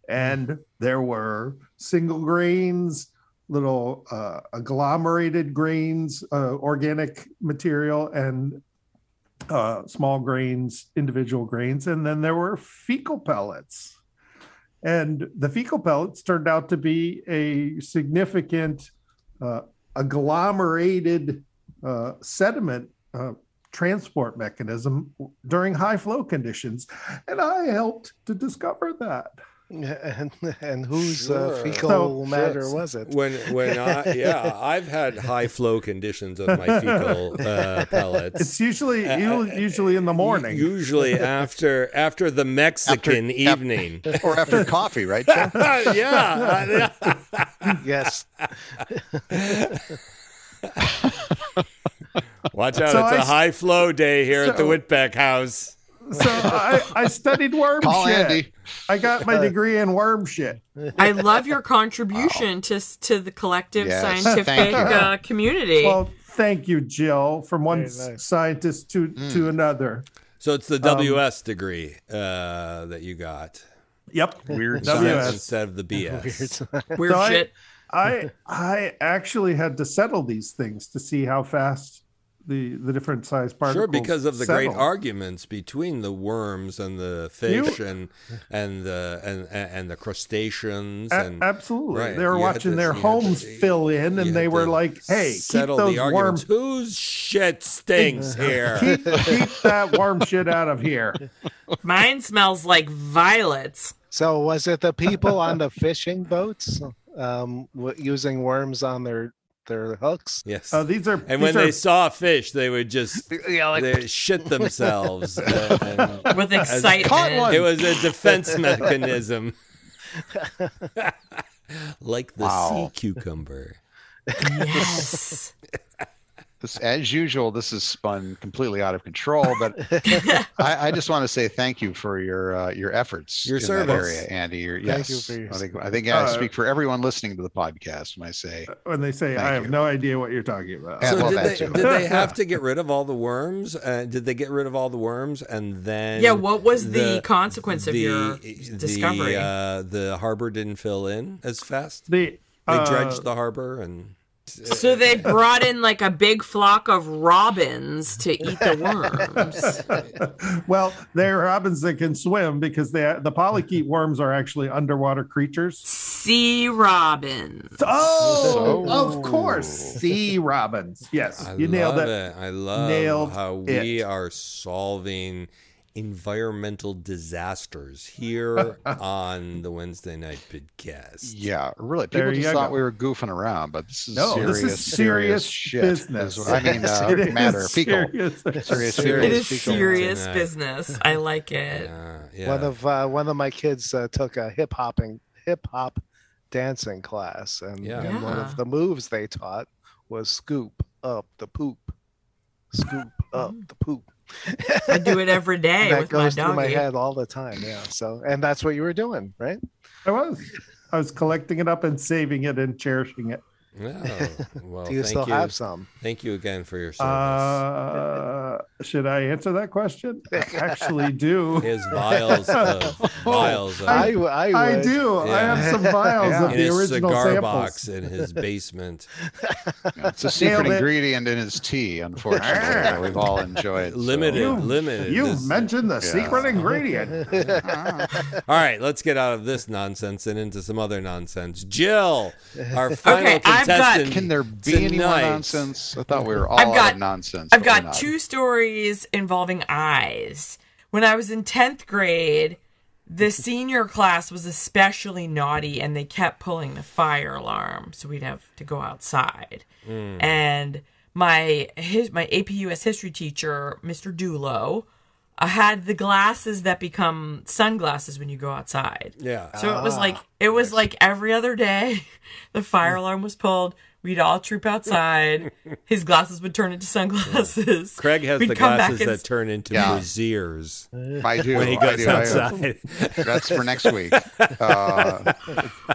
Speaker 3: and there were single grains little uh, agglomerated grains uh, organic material and uh, small grains individual grains and then there were fecal pellets and the fecal pellets turned out to be a significant uh, agglomerated uh, sediment uh, transport mechanism during high flow conditions and i helped to discover that
Speaker 6: And, and whose uh,
Speaker 5: Sure.
Speaker 6: fecal
Speaker 3: So-
Speaker 6: matter
Speaker 5: Sure.
Speaker 6: was it?
Speaker 5: When when I yeah, I've had high flow conditions of my fecal uh, pellets.
Speaker 3: It's usually
Speaker 5: Uh,
Speaker 3: u- usually in the morning.
Speaker 5: U- Usually after after the Mexican evening.
Speaker 7: uh,
Speaker 4: or after coffee, right? Joe?
Speaker 5: yeah.
Speaker 6: Yes.
Speaker 5: Watch out,
Speaker 3: So
Speaker 5: it's a
Speaker 3: I-
Speaker 5: high flow day here at the
Speaker 3: so-
Speaker 5: Whitbeck house.
Speaker 3: so I, I studied worm
Speaker 4: Call
Speaker 3: shit.
Speaker 4: Andy.
Speaker 3: I got
Speaker 5: Uh,
Speaker 3: my degree in worm shit.
Speaker 7: I love your contribution to to to the collective
Speaker 4: Yes, thank
Speaker 7: scientific
Speaker 4: you.
Speaker 7: uh, community.
Speaker 3: Well, thank you, Jill, from one
Speaker 6: Very nice.
Speaker 3: s- scientist to
Speaker 4: Hmm.
Speaker 3: to another.
Speaker 5: So it's
Speaker 3: Um,
Speaker 5: the WS degree uh, that you got
Speaker 3: Yep.
Speaker 4: Weird
Speaker 5: instead,
Speaker 3: WS.
Speaker 5: instead of the
Speaker 6: Weird.
Speaker 5: BS.
Speaker 7: Weird
Speaker 3: so I-
Speaker 7: shit.
Speaker 3: I I actually had to settle these things to see how fast the the different size particles.
Speaker 5: Sure, because of the great
Speaker 3: settle.
Speaker 5: arguments between the worms and the fish and and the and and the crustaceans
Speaker 3: A-
Speaker 5: and
Speaker 3: absolutely,
Speaker 5: right,
Speaker 3: they were
Speaker 5: you had
Speaker 3: watching
Speaker 5: to-
Speaker 3: their
Speaker 5: you had to-
Speaker 3: homes fill in,
Speaker 5: you
Speaker 3: and they
Speaker 5: had
Speaker 3: were
Speaker 5: to
Speaker 3: like, "Hey, keep
Speaker 5: settle
Speaker 3: those
Speaker 5: the
Speaker 3: worm,
Speaker 5: arguments. Whose shit stinks here?
Speaker 3: keep, keep that worm shit out of here."
Speaker 7: Mine smells like violets.
Speaker 6: So was it the people on the fishing boats um, w- using worms on their their hooks?
Speaker 5: yes.
Speaker 3: Uh, these are
Speaker 5: and
Speaker 3: these
Speaker 5: when
Speaker 3: are
Speaker 5: they saw a fish, they would just
Speaker 6: Yeah, like
Speaker 5: they shit themselves. uh, and-
Speaker 4: Caught
Speaker 7: with
Speaker 4: one.
Speaker 7: excitement.
Speaker 5: it was a defense mechanism. like the
Speaker 4: Wow.
Speaker 5: sea cucumber.
Speaker 7: Yes.
Speaker 4: This, as usual, this is spun completely out of control, but I, I just want to say thank you for your uh, your efforts,
Speaker 5: Your
Speaker 4: in that
Speaker 5: service.
Speaker 4: area, Andy. Your,
Speaker 6: Thank
Speaker 4: yes,
Speaker 6: you for your
Speaker 4: I think I think I
Speaker 3: Uh,
Speaker 4: speak for everyone listening to the podcast when I say
Speaker 3: when they say,
Speaker 4: Thank
Speaker 3: "I have
Speaker 4: you.
Speaker 3: no idea what you're talking about."
Speaker 4: Yeah,
Speaker 5: so
Speaker 4: well,
Speaker 5: did
Speaker 4: that
Speaker 5: they,
Speaker 4: too.
Speaker 5: did they have to get rid of all the worms? Uh, did they get rid of all the worms and then?
Speaker 7: yeah. What was the,
Speaker 5: the-
Speaker 7: consequence of your discovery?
Speaker 5: The, uh, the harbor didn't fill in as fast. They
Speaker 3: They, uh,
Speaker 5: dredged the harbor and
Speaker 7: so they brought in like a big flock of robins to eat the worms.
Speaker 3: well, they're robins that can swim because they the polychaete worms are actually underwater creatures.
Speaker 7: sea robins.
Speaker 3: Oh,
Speaker 4: So-
Speaker 3: of course, sea robins. Yes,
Speaker 5: I
Speaker 3: you nailed
Speaker 5: love
Speaker 3: it.
Speaker 5: it. I love
Speaker 3: Nailed
Speaker 5: how we
Speaker 3: it.
Speaker 5: are solving environmental disasters here on the Wednesday night podcast.
Speaker 4: yeah, really.
Speaker 3: There
Speaker 4: People just
Speaker 3: you
Speaker 4: thought
Speaker 3: go.
Speaker 4: we were goofing around, but this is
Speaker 3: No,
Speaker 4: serious,
Speaker 3: this is
Speaker 4: serious,
Speaker 3: serious
Speaker 4: shit.
Speaker 3: business.
Speaker 4: is what- I mean, uh,
Speaker 3: It is
Speaker 4: matter, fecal.
Speaker 3: serious.
Speaker 4: Serious,
Speaker 5: It
Speaker 7: It
Speaker 4: fecal.
Speaker 7: is
Speaker 4: fecal.
Speaker 7: serious
Speaker 5: tonight.
Speaker 7: business. I like it.
Speaker 5: Yeah, yeah.
Speaker 6: One of uh, one of my kids uh, took a hip hopping hip hop dancing class, and,
Speaker 5: Yeah.
Speaker 6: and one
Speaker 7: Yeah.
Speaker 6: of the moves they taught was scoop up the poop, scoop up the poop.
Speaker 7: Mm. I do it every day
Speaker 6: that
Speaker 7: with my
Speaker 6: goes through my
Speaker 7: doggy.
Speaker 6: head all the time. Yeah. So, and that's what you were doing, right?
Speaker 3: I was. I was collecting it up and saving it and cherishing it.
Speaker 5: Yeah. Well,
Speaker 6: Do you
Speaker 5: Oh, thank
Speaker 6: still
Speaker 5: you.
Speaker 6: have some?
Speaker 5: Thank you again for your service.
Speaker 3: Uh, should I answer that question? I actually do.
Speaker 5: There's vials of vials of
Speaker 6: I, w- I, would.
Speaker 3: Oh, I do. I
Speaker 5: Yeah.
Speaker 3: have some vials
Speaker 6: Yeah.
Speaker 3: of
Speaker 5: in
Speaker 3: the
Speaker 5: his
Speaker 3: original
Speaker 5: cigar
Speaker 3: samples.
Speaker 5: box in his basement.
Speaker 4: It's a secret
Speaker 3: Nailed it.
Speaker 4: ingredient in his tea, unfortunately. that we've all enjoyed. so-
Speaker 5: limited,
Speaker 3: You-
Speaker 5: limited.
Speaker 3: You
Speaker 5: This- uh,
Speaker 3: mentioned the
Speaker 4: Yeah.
Speaker 3: secret ingredient.
Speaker 5: All right, let's get out of this nonsense and into some other nonsense. Jill, our final
Speaker 7: Okay, I've got-
Speaker 5: contestant.
Speaker 4: Can there be any more
Speaker 5: tonight.
Speaker 4: nonsense? I thought we were all
Speaker 7: I've
Speaker 4: out
Speaker 7: got-
Speaker 4: of nonsense.
Speaker 7: I've
Speaker 4: but we're
Speaker 7: got
Speaker 4: not.
Speaker 7: two stories involving eyes. When I was in 10th grade, the senior class was especially naughty and they kept pulling the fire alarm, so we'd have to go outside.
Speaker 4: Hmm.
Speaker 7: And my his, my AP US history teacher, Mr. Dulo, uh, had the glasses that become sunglasses when you go outside.
Speaker 5: Yeah.
Speaker 7: So it was like
Speaker 5: Ah,
Speaker 7: it was like every other day, the
Speaker 5: Mm.
Speaker 7: fire alarm was pulled. We'd all troop outside. His glasses would turn into sunglasses.
Speaker 5: Craig has
Speaker 7: We'd
Speaker 5: the
Speaker 7: come back
Speaker 5: glasses
Speaker 7: and
Speaker 5: that turn into
Speaker 4: Yeah.
Speaker 5: brassieres
Speaker 4: I do.
Speaker 5: when he
Speaker 4: I
Speaker 5: goes
Speaker 4: do, I do.
Speaker 5: outside.
Speaker 4: That's for next week. Uh,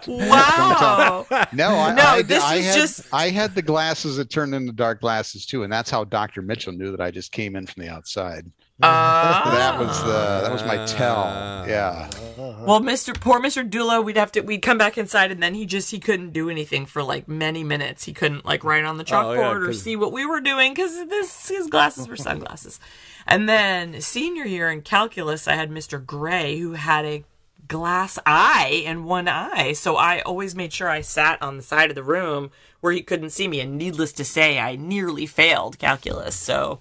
Speaker 7: Wow.
Speaker 4: no, I,
Speaker 7: No,
Speaker 4: I,
Speaker 7: this
Speaker 4: I
Speaker 7: is
Speaker 4: had,
Speaker 7: just-
Speaker 4: I had the glasses that turned into dark glasses too, and that's how Doctor Mitchell knew that I just came in from the outside.
Speaker 7: Ah.
Speaker 4: That was the that was my tell.
Speaker 5: Ah.
Speaker 4: Yeah,
Speaker 5: Uh-huh.
Speaker 7: Well, Mr. Poor Mr. Dula, we'd have to we'd come back inside, and then he just he couldn't do anything for like many minutes. He couldn't like write on the
Speaker 5: Oh,
Speaker 7: chalkboard
Speaker 5: yeah,
Speaker 7: or
Speaker 5: 'cause-
Speaker 7: see what we were doing because this his glasses were sunglasses. And then senior year in calculus, I had Mr. Gray who had a glass eye and one eye, so I always made sure I sat on the side of the room where he couldn't see me. And needless to say, I nearly failed calculus. So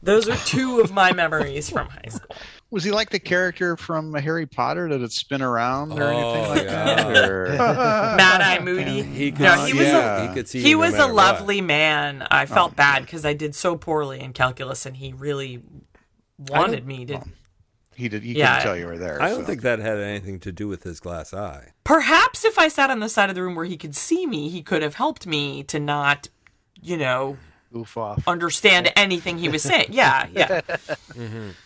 Speaker 7: those are two of my memories from high school.
Speaker 4: was he like the character from Harry Potter? Did it spin around or anything
Speaker 5: Oh,
Speaker 4: like
Speaker 5: yeah.
Speaker 4: that? Or...
Speaker 7: Mad Eye Moody.
Speaker 5: He could,
Speaker 7: No, he was a-
Speaker 5: yeah, he could see
Speaker 7: he
Speaker 5: you no
Speaker 7: was a
Speaker 5: matter what. Oh.
Speaker 7: lovely man. I felt bad because I did so poorly in calculus, and he really wanted me to.
Speaker 4: He did. He
Speaker 7: Yeah.
Speaker 4: couldn't tell you were there.
Speaker 5: I don't
Speaker 4: so.
Speaker 5: think that had anything to do with his glass eye.
Speaker 7: Perhaps if I sat on the side of the room where he could see me, he could have helped me to not, you know,
Speaker 6: Goof off.
Speaker 7: understand anything he was saying. Yeah, yeah.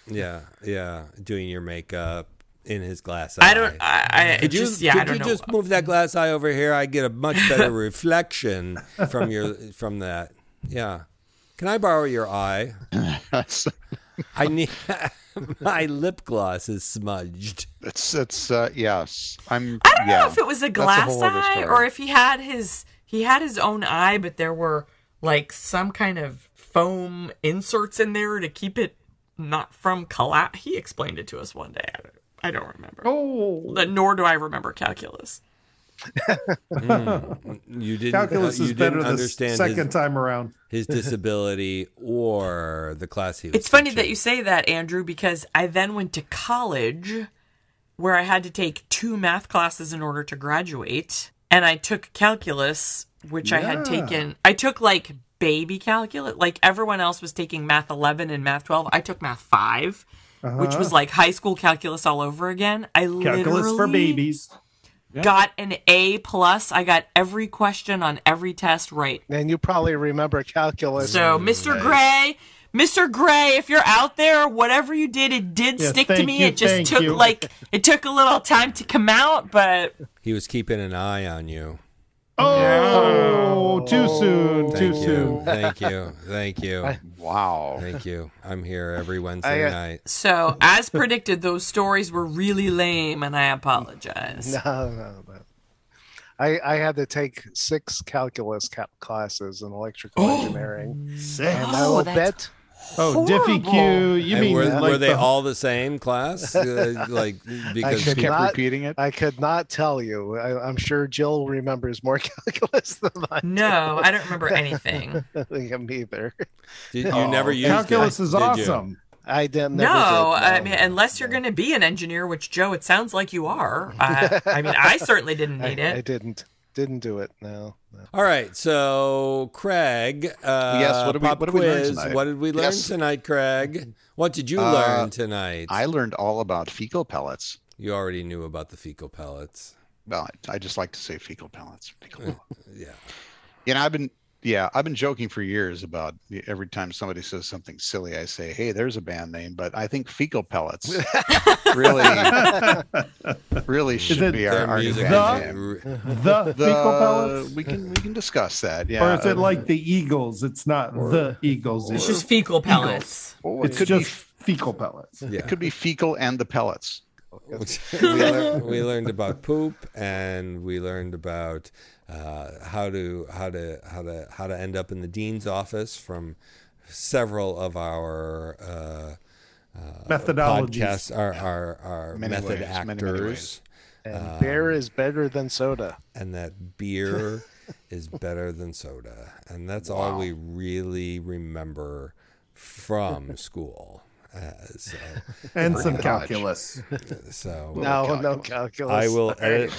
Speaker 5: Yeah, yeah. Doing your makeup in his glass eye.
Speaker 7: I don't. I, I
Speaker 5: Could you,
Speaker 7: just. yeah,
Speaker 5: could
Speaker 7: I don't
Speaker 5: you
Speaker 7: know.
Speaker 5: just move that glass eye over here? I get a much better reflection from your from that. Yeah. Can I borrow your eye?
Speaker 4: that's
Speaker 5: I need my lip gloss is smudged.
Speaker 4: that's, that's uh, yes. I'm.
Speaker 7: I don't
Speaker 4: yeah.
Speaker 7: know if it was a
Speaker 4: a
Speaker 7: glass
Speaker 4: whole other
Speaker 7: eye
Speaker 4: story.
Speaker 7: or if he had his he had his own eye, but there were like some kind of foam inserts in there to keep it not from collapse. He explained it to us one day. I don't, I don't remember.
Speaker 3: Oh,
Speaker 7: But Nor do I remember calculus.
Speaker 5: You didn't.
Speaker 3: calculus
Speaker 5: uh, you
Speaker 3: is better
Speaker 5: didn't
Speaker 3: the
Speaker 5: understand
Speaker 3: second
Speaker 5: his,
Speaker 3: time around.
Speaker 5: his disability or the class he was.
Speaker 7: It's funny that
Speaker 5: teaching.
Speaker 7: you say that, Andrew, because I then went to college where I had to take two math classes in order to graduate. And I took calculus, which I had
Speaker 3: Yeah.
Speaker 7: taken. I took like baby calculus. Like everyone else was taking math 11 and math 12. I took math 5, which was like high school calculus all over again. I
Speaker 3: Uh-huh. Calculus for
Speaker 7: literally
Speaker 3: babies.
Speaker 7: got an A plus. I got every question on every test right.
Speaker 6: And you probably remember calculus.
Speaker 7: So, Mr. Gray, Mr. Gray, if you're out there, whatever you did, it did
Speaker 3: Yeah,
Speaker 7: stick to
Speaker 3: thank
Speaker 7: me.
Speaker 3: you,
Speaker 7: it just
Speaker 3: thank
Speaker 7: took
Speaker 3: you.
Speaker 7: like it took a little time to come out, but
Speaker 5: he was keeping an eye on you.
Speaker 3: Oh, too soon,
Speaker 5: Thank
Speaker 3: too
Speaker 5: you.
Speaker 3: soon.
Speaker 5: Thank you. Thank you.
Speaker 4: Wow.
Speaker 5: Thank you. I'm here every Wednesday
Speaker 6: I, uh,
Speaker 5: night.
Speaker 7: so as predicted, those stories were really lame, and I apologize.
Speaker 6: No, no, no. I, I had to take six calculus ca- classes in electrical engineering.
Speaker 3: Sick.
Speaker 6: I
Speaker 7: Oh,
Speaker 6: will
Speaker 7: that's-
Speaker 6: bet
Speaker 3: Oh, Diffie Q.
Speaker 7: Horrible.
Speaker 3: You
Speaker 5: and
Speaker 3: mean
Speaker 5: were,
Speaker 3: like
Speaker 5: were they
Speaker 3: the-
Speaker 5: all the same class? Uh, like because
Speaker 4: Just
Speaker 6: could
Speaker 5: people-
Speaker 4: kept
Speaker 6: not-
Speaker 4: repeating it.
Speaker 6: I could not tell you. I, I'm sure Jill remembers more calculus than I
Speaker 7: No, I don't remember anything.
Speaker 6: think him either.
Speaker 5: did, you never used
Speaker 3: Oh. calculus
Speaker 5: is
Speaker 3: is awesome.
Speaker 6: I didn't.
Speaker 7: No, I mean, unless you're going to be an engineer, which Joe, it sounds like you are. Uh, I mean, I certainly didn't
Speaker 6: I,
Speaker 7: need
Speaker 6: I
Speaker 7: it.
Speaker 6: didn't. Didn't do it. No. no.
Speaker 5: All right, so Craig, uh,
Speaker 4: Yes, what did we-
Speaker 5: pop
Speaker 4: what did we learn
Speaker 5: quiz.
Speaker 4: tonight?
Speaker 5: What did we learn
Speaker 4: Yes.
Speaker 5: tonight, Craig? What did you
Speaker 4: Uh,
Speaker 5: learn tonight?
Speaker 4: I learned all about fecal pellets.
Speaker 5: you already knew about the fecal pellets.
Speaker 4: Well, I I just like to say fecal pellets. Fecal pellets.
Speaker 5: Yeah,
Speaker 4: You know, I've been, yeah, I've been joking for years about the- every time somebody says something silly, I say, hey, there's a band name, but I think Fecal Pellets really, really should
Speaker 3: it
Speaker 4: be
Speaker 5: their
Speaker 4: our, our new
Speaker 5: music.
Speaker 4: band
Speaker 5: is
Speaker 4: name.
Speaker 5: re-
Speaker 3: The,
Speaker 4: The-
Speaker 3: fecal pellets?
Speaker 4: We can we can discuss that. Yeah.
Speaker 3: Or is it like the Eagles? It's not the Eagles.
Speaker 7: It's just fecal pellets.
Speaker 4: Oh, it
Speaker 3: it's
Speaker 4: could
Speaker 3: just
Speaker 4: be
Speaker 3: fecal pellets.
Speaker 5: yeah.
Speaker 4: it could be fecal and the pellets.
Speaker 5: we, learned, we learned about poop and we learned about uh, how to how to how to how to end up in the dean's office from several of our uh,
Speaker 3: Methodologies.
Speaker 5: podcasts, our our, our
Speaker 4: Many
Speaker 5: method
Speaker 4: ways,
Speaker 5: actors,
Speaker 4: many, many ways.
Speaker 6: And
Speaker 5: Uh,
Speaker 6: beer is better than soda.
Speaker 5: and that beer is better than soda, and that's all we really remember from school. Uh, so,
Speaker 3: And some
Speaker 4: gosh.
Speaker 3: calculus.
Speaker 5: so
Speaker 6: No, no calculus.
Speaker 5: I will edit.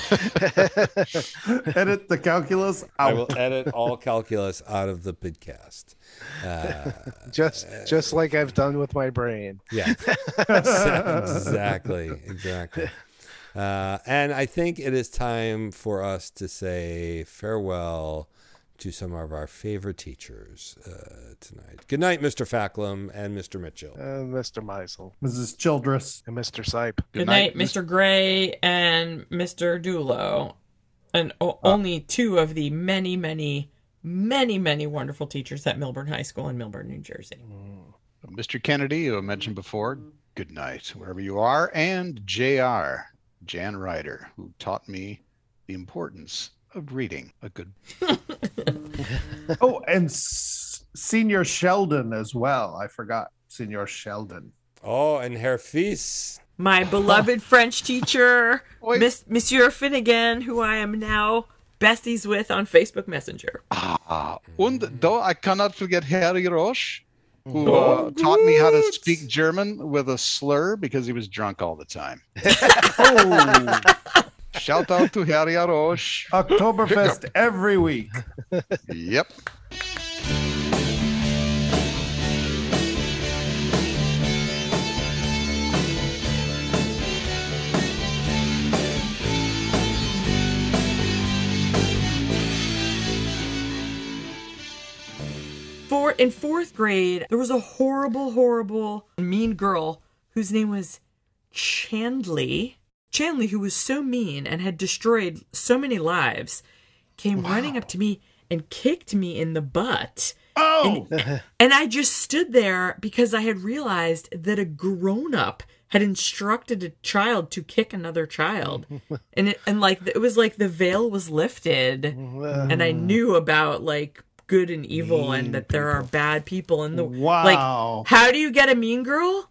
Speaker 3: Edit the calculus
Speaker 5: I
Speaker 3: out.
Speaker 5: will edit all calculus out of the podcast.
Speaker 6: just
Speaker 5: uh,
Speaker 6: just like I've done with my brain.
Speaker 5: Yeah. exactly. Exactly. Uh, and I think it is time for us to say farewell to some of our favorite teachers uh, tonight. Good night, Mr. Facklum and Mr. Mitchell.
Speaker 6: Uh, Mr. Meisel
Speaker 3: Mrs. Childress.
Speaker 6: and Mr. Sipe.
Speaker 7: Good night, Mr. Gray and Mr. Dulo. And o- only two of the many, many, many, many wonderful teachers at Milburn High School in Milburn, New Jersey.
Speaker 4: Mr. Kennedy, who I mentioned before, good night, wherever you are. And JR, Jan Ryder, who taught me the importance of reading a good
Speaker 3: Oh, and S- Senior Sheldon as well. I forgot Senior Sheldon.
Speaker 5: Oh, and Herr Fies.
Speaker 7: My beloved French teacher, Miss, Monsieur Finnegan, who I am now besties with on Facebook Messenger.
Speaker 4: Ah, and though I cannot forget Harry Roche, who uh, taught me how to speak German with a slur because he was drunk all the time. Shout out to Harry Roche.
Speaker 3: Oktoberfest every week.
Speaker 4: Yep.
Speaker 7: Four, in fourth grade, there was a horrible, horrible mean girl whose name was Chandley. Chandley, who was so mean and had destroyed so many lives, came running up to me and kicked me in the butt.
Speaker 3: Oh,
Speaker 7: And I just stood there because I had realized that a grown up had instructed a child to kick another child.
Speaker 6: Mm-hmm.
Speaker 7: and it, and like it was like the veil was lifted and I knew about like good and evil and that there are bad people in the
Speaker 3: Wow.
Speaker 7: How do you get a mean girl?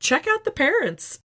Speaker 7: Check out the parents.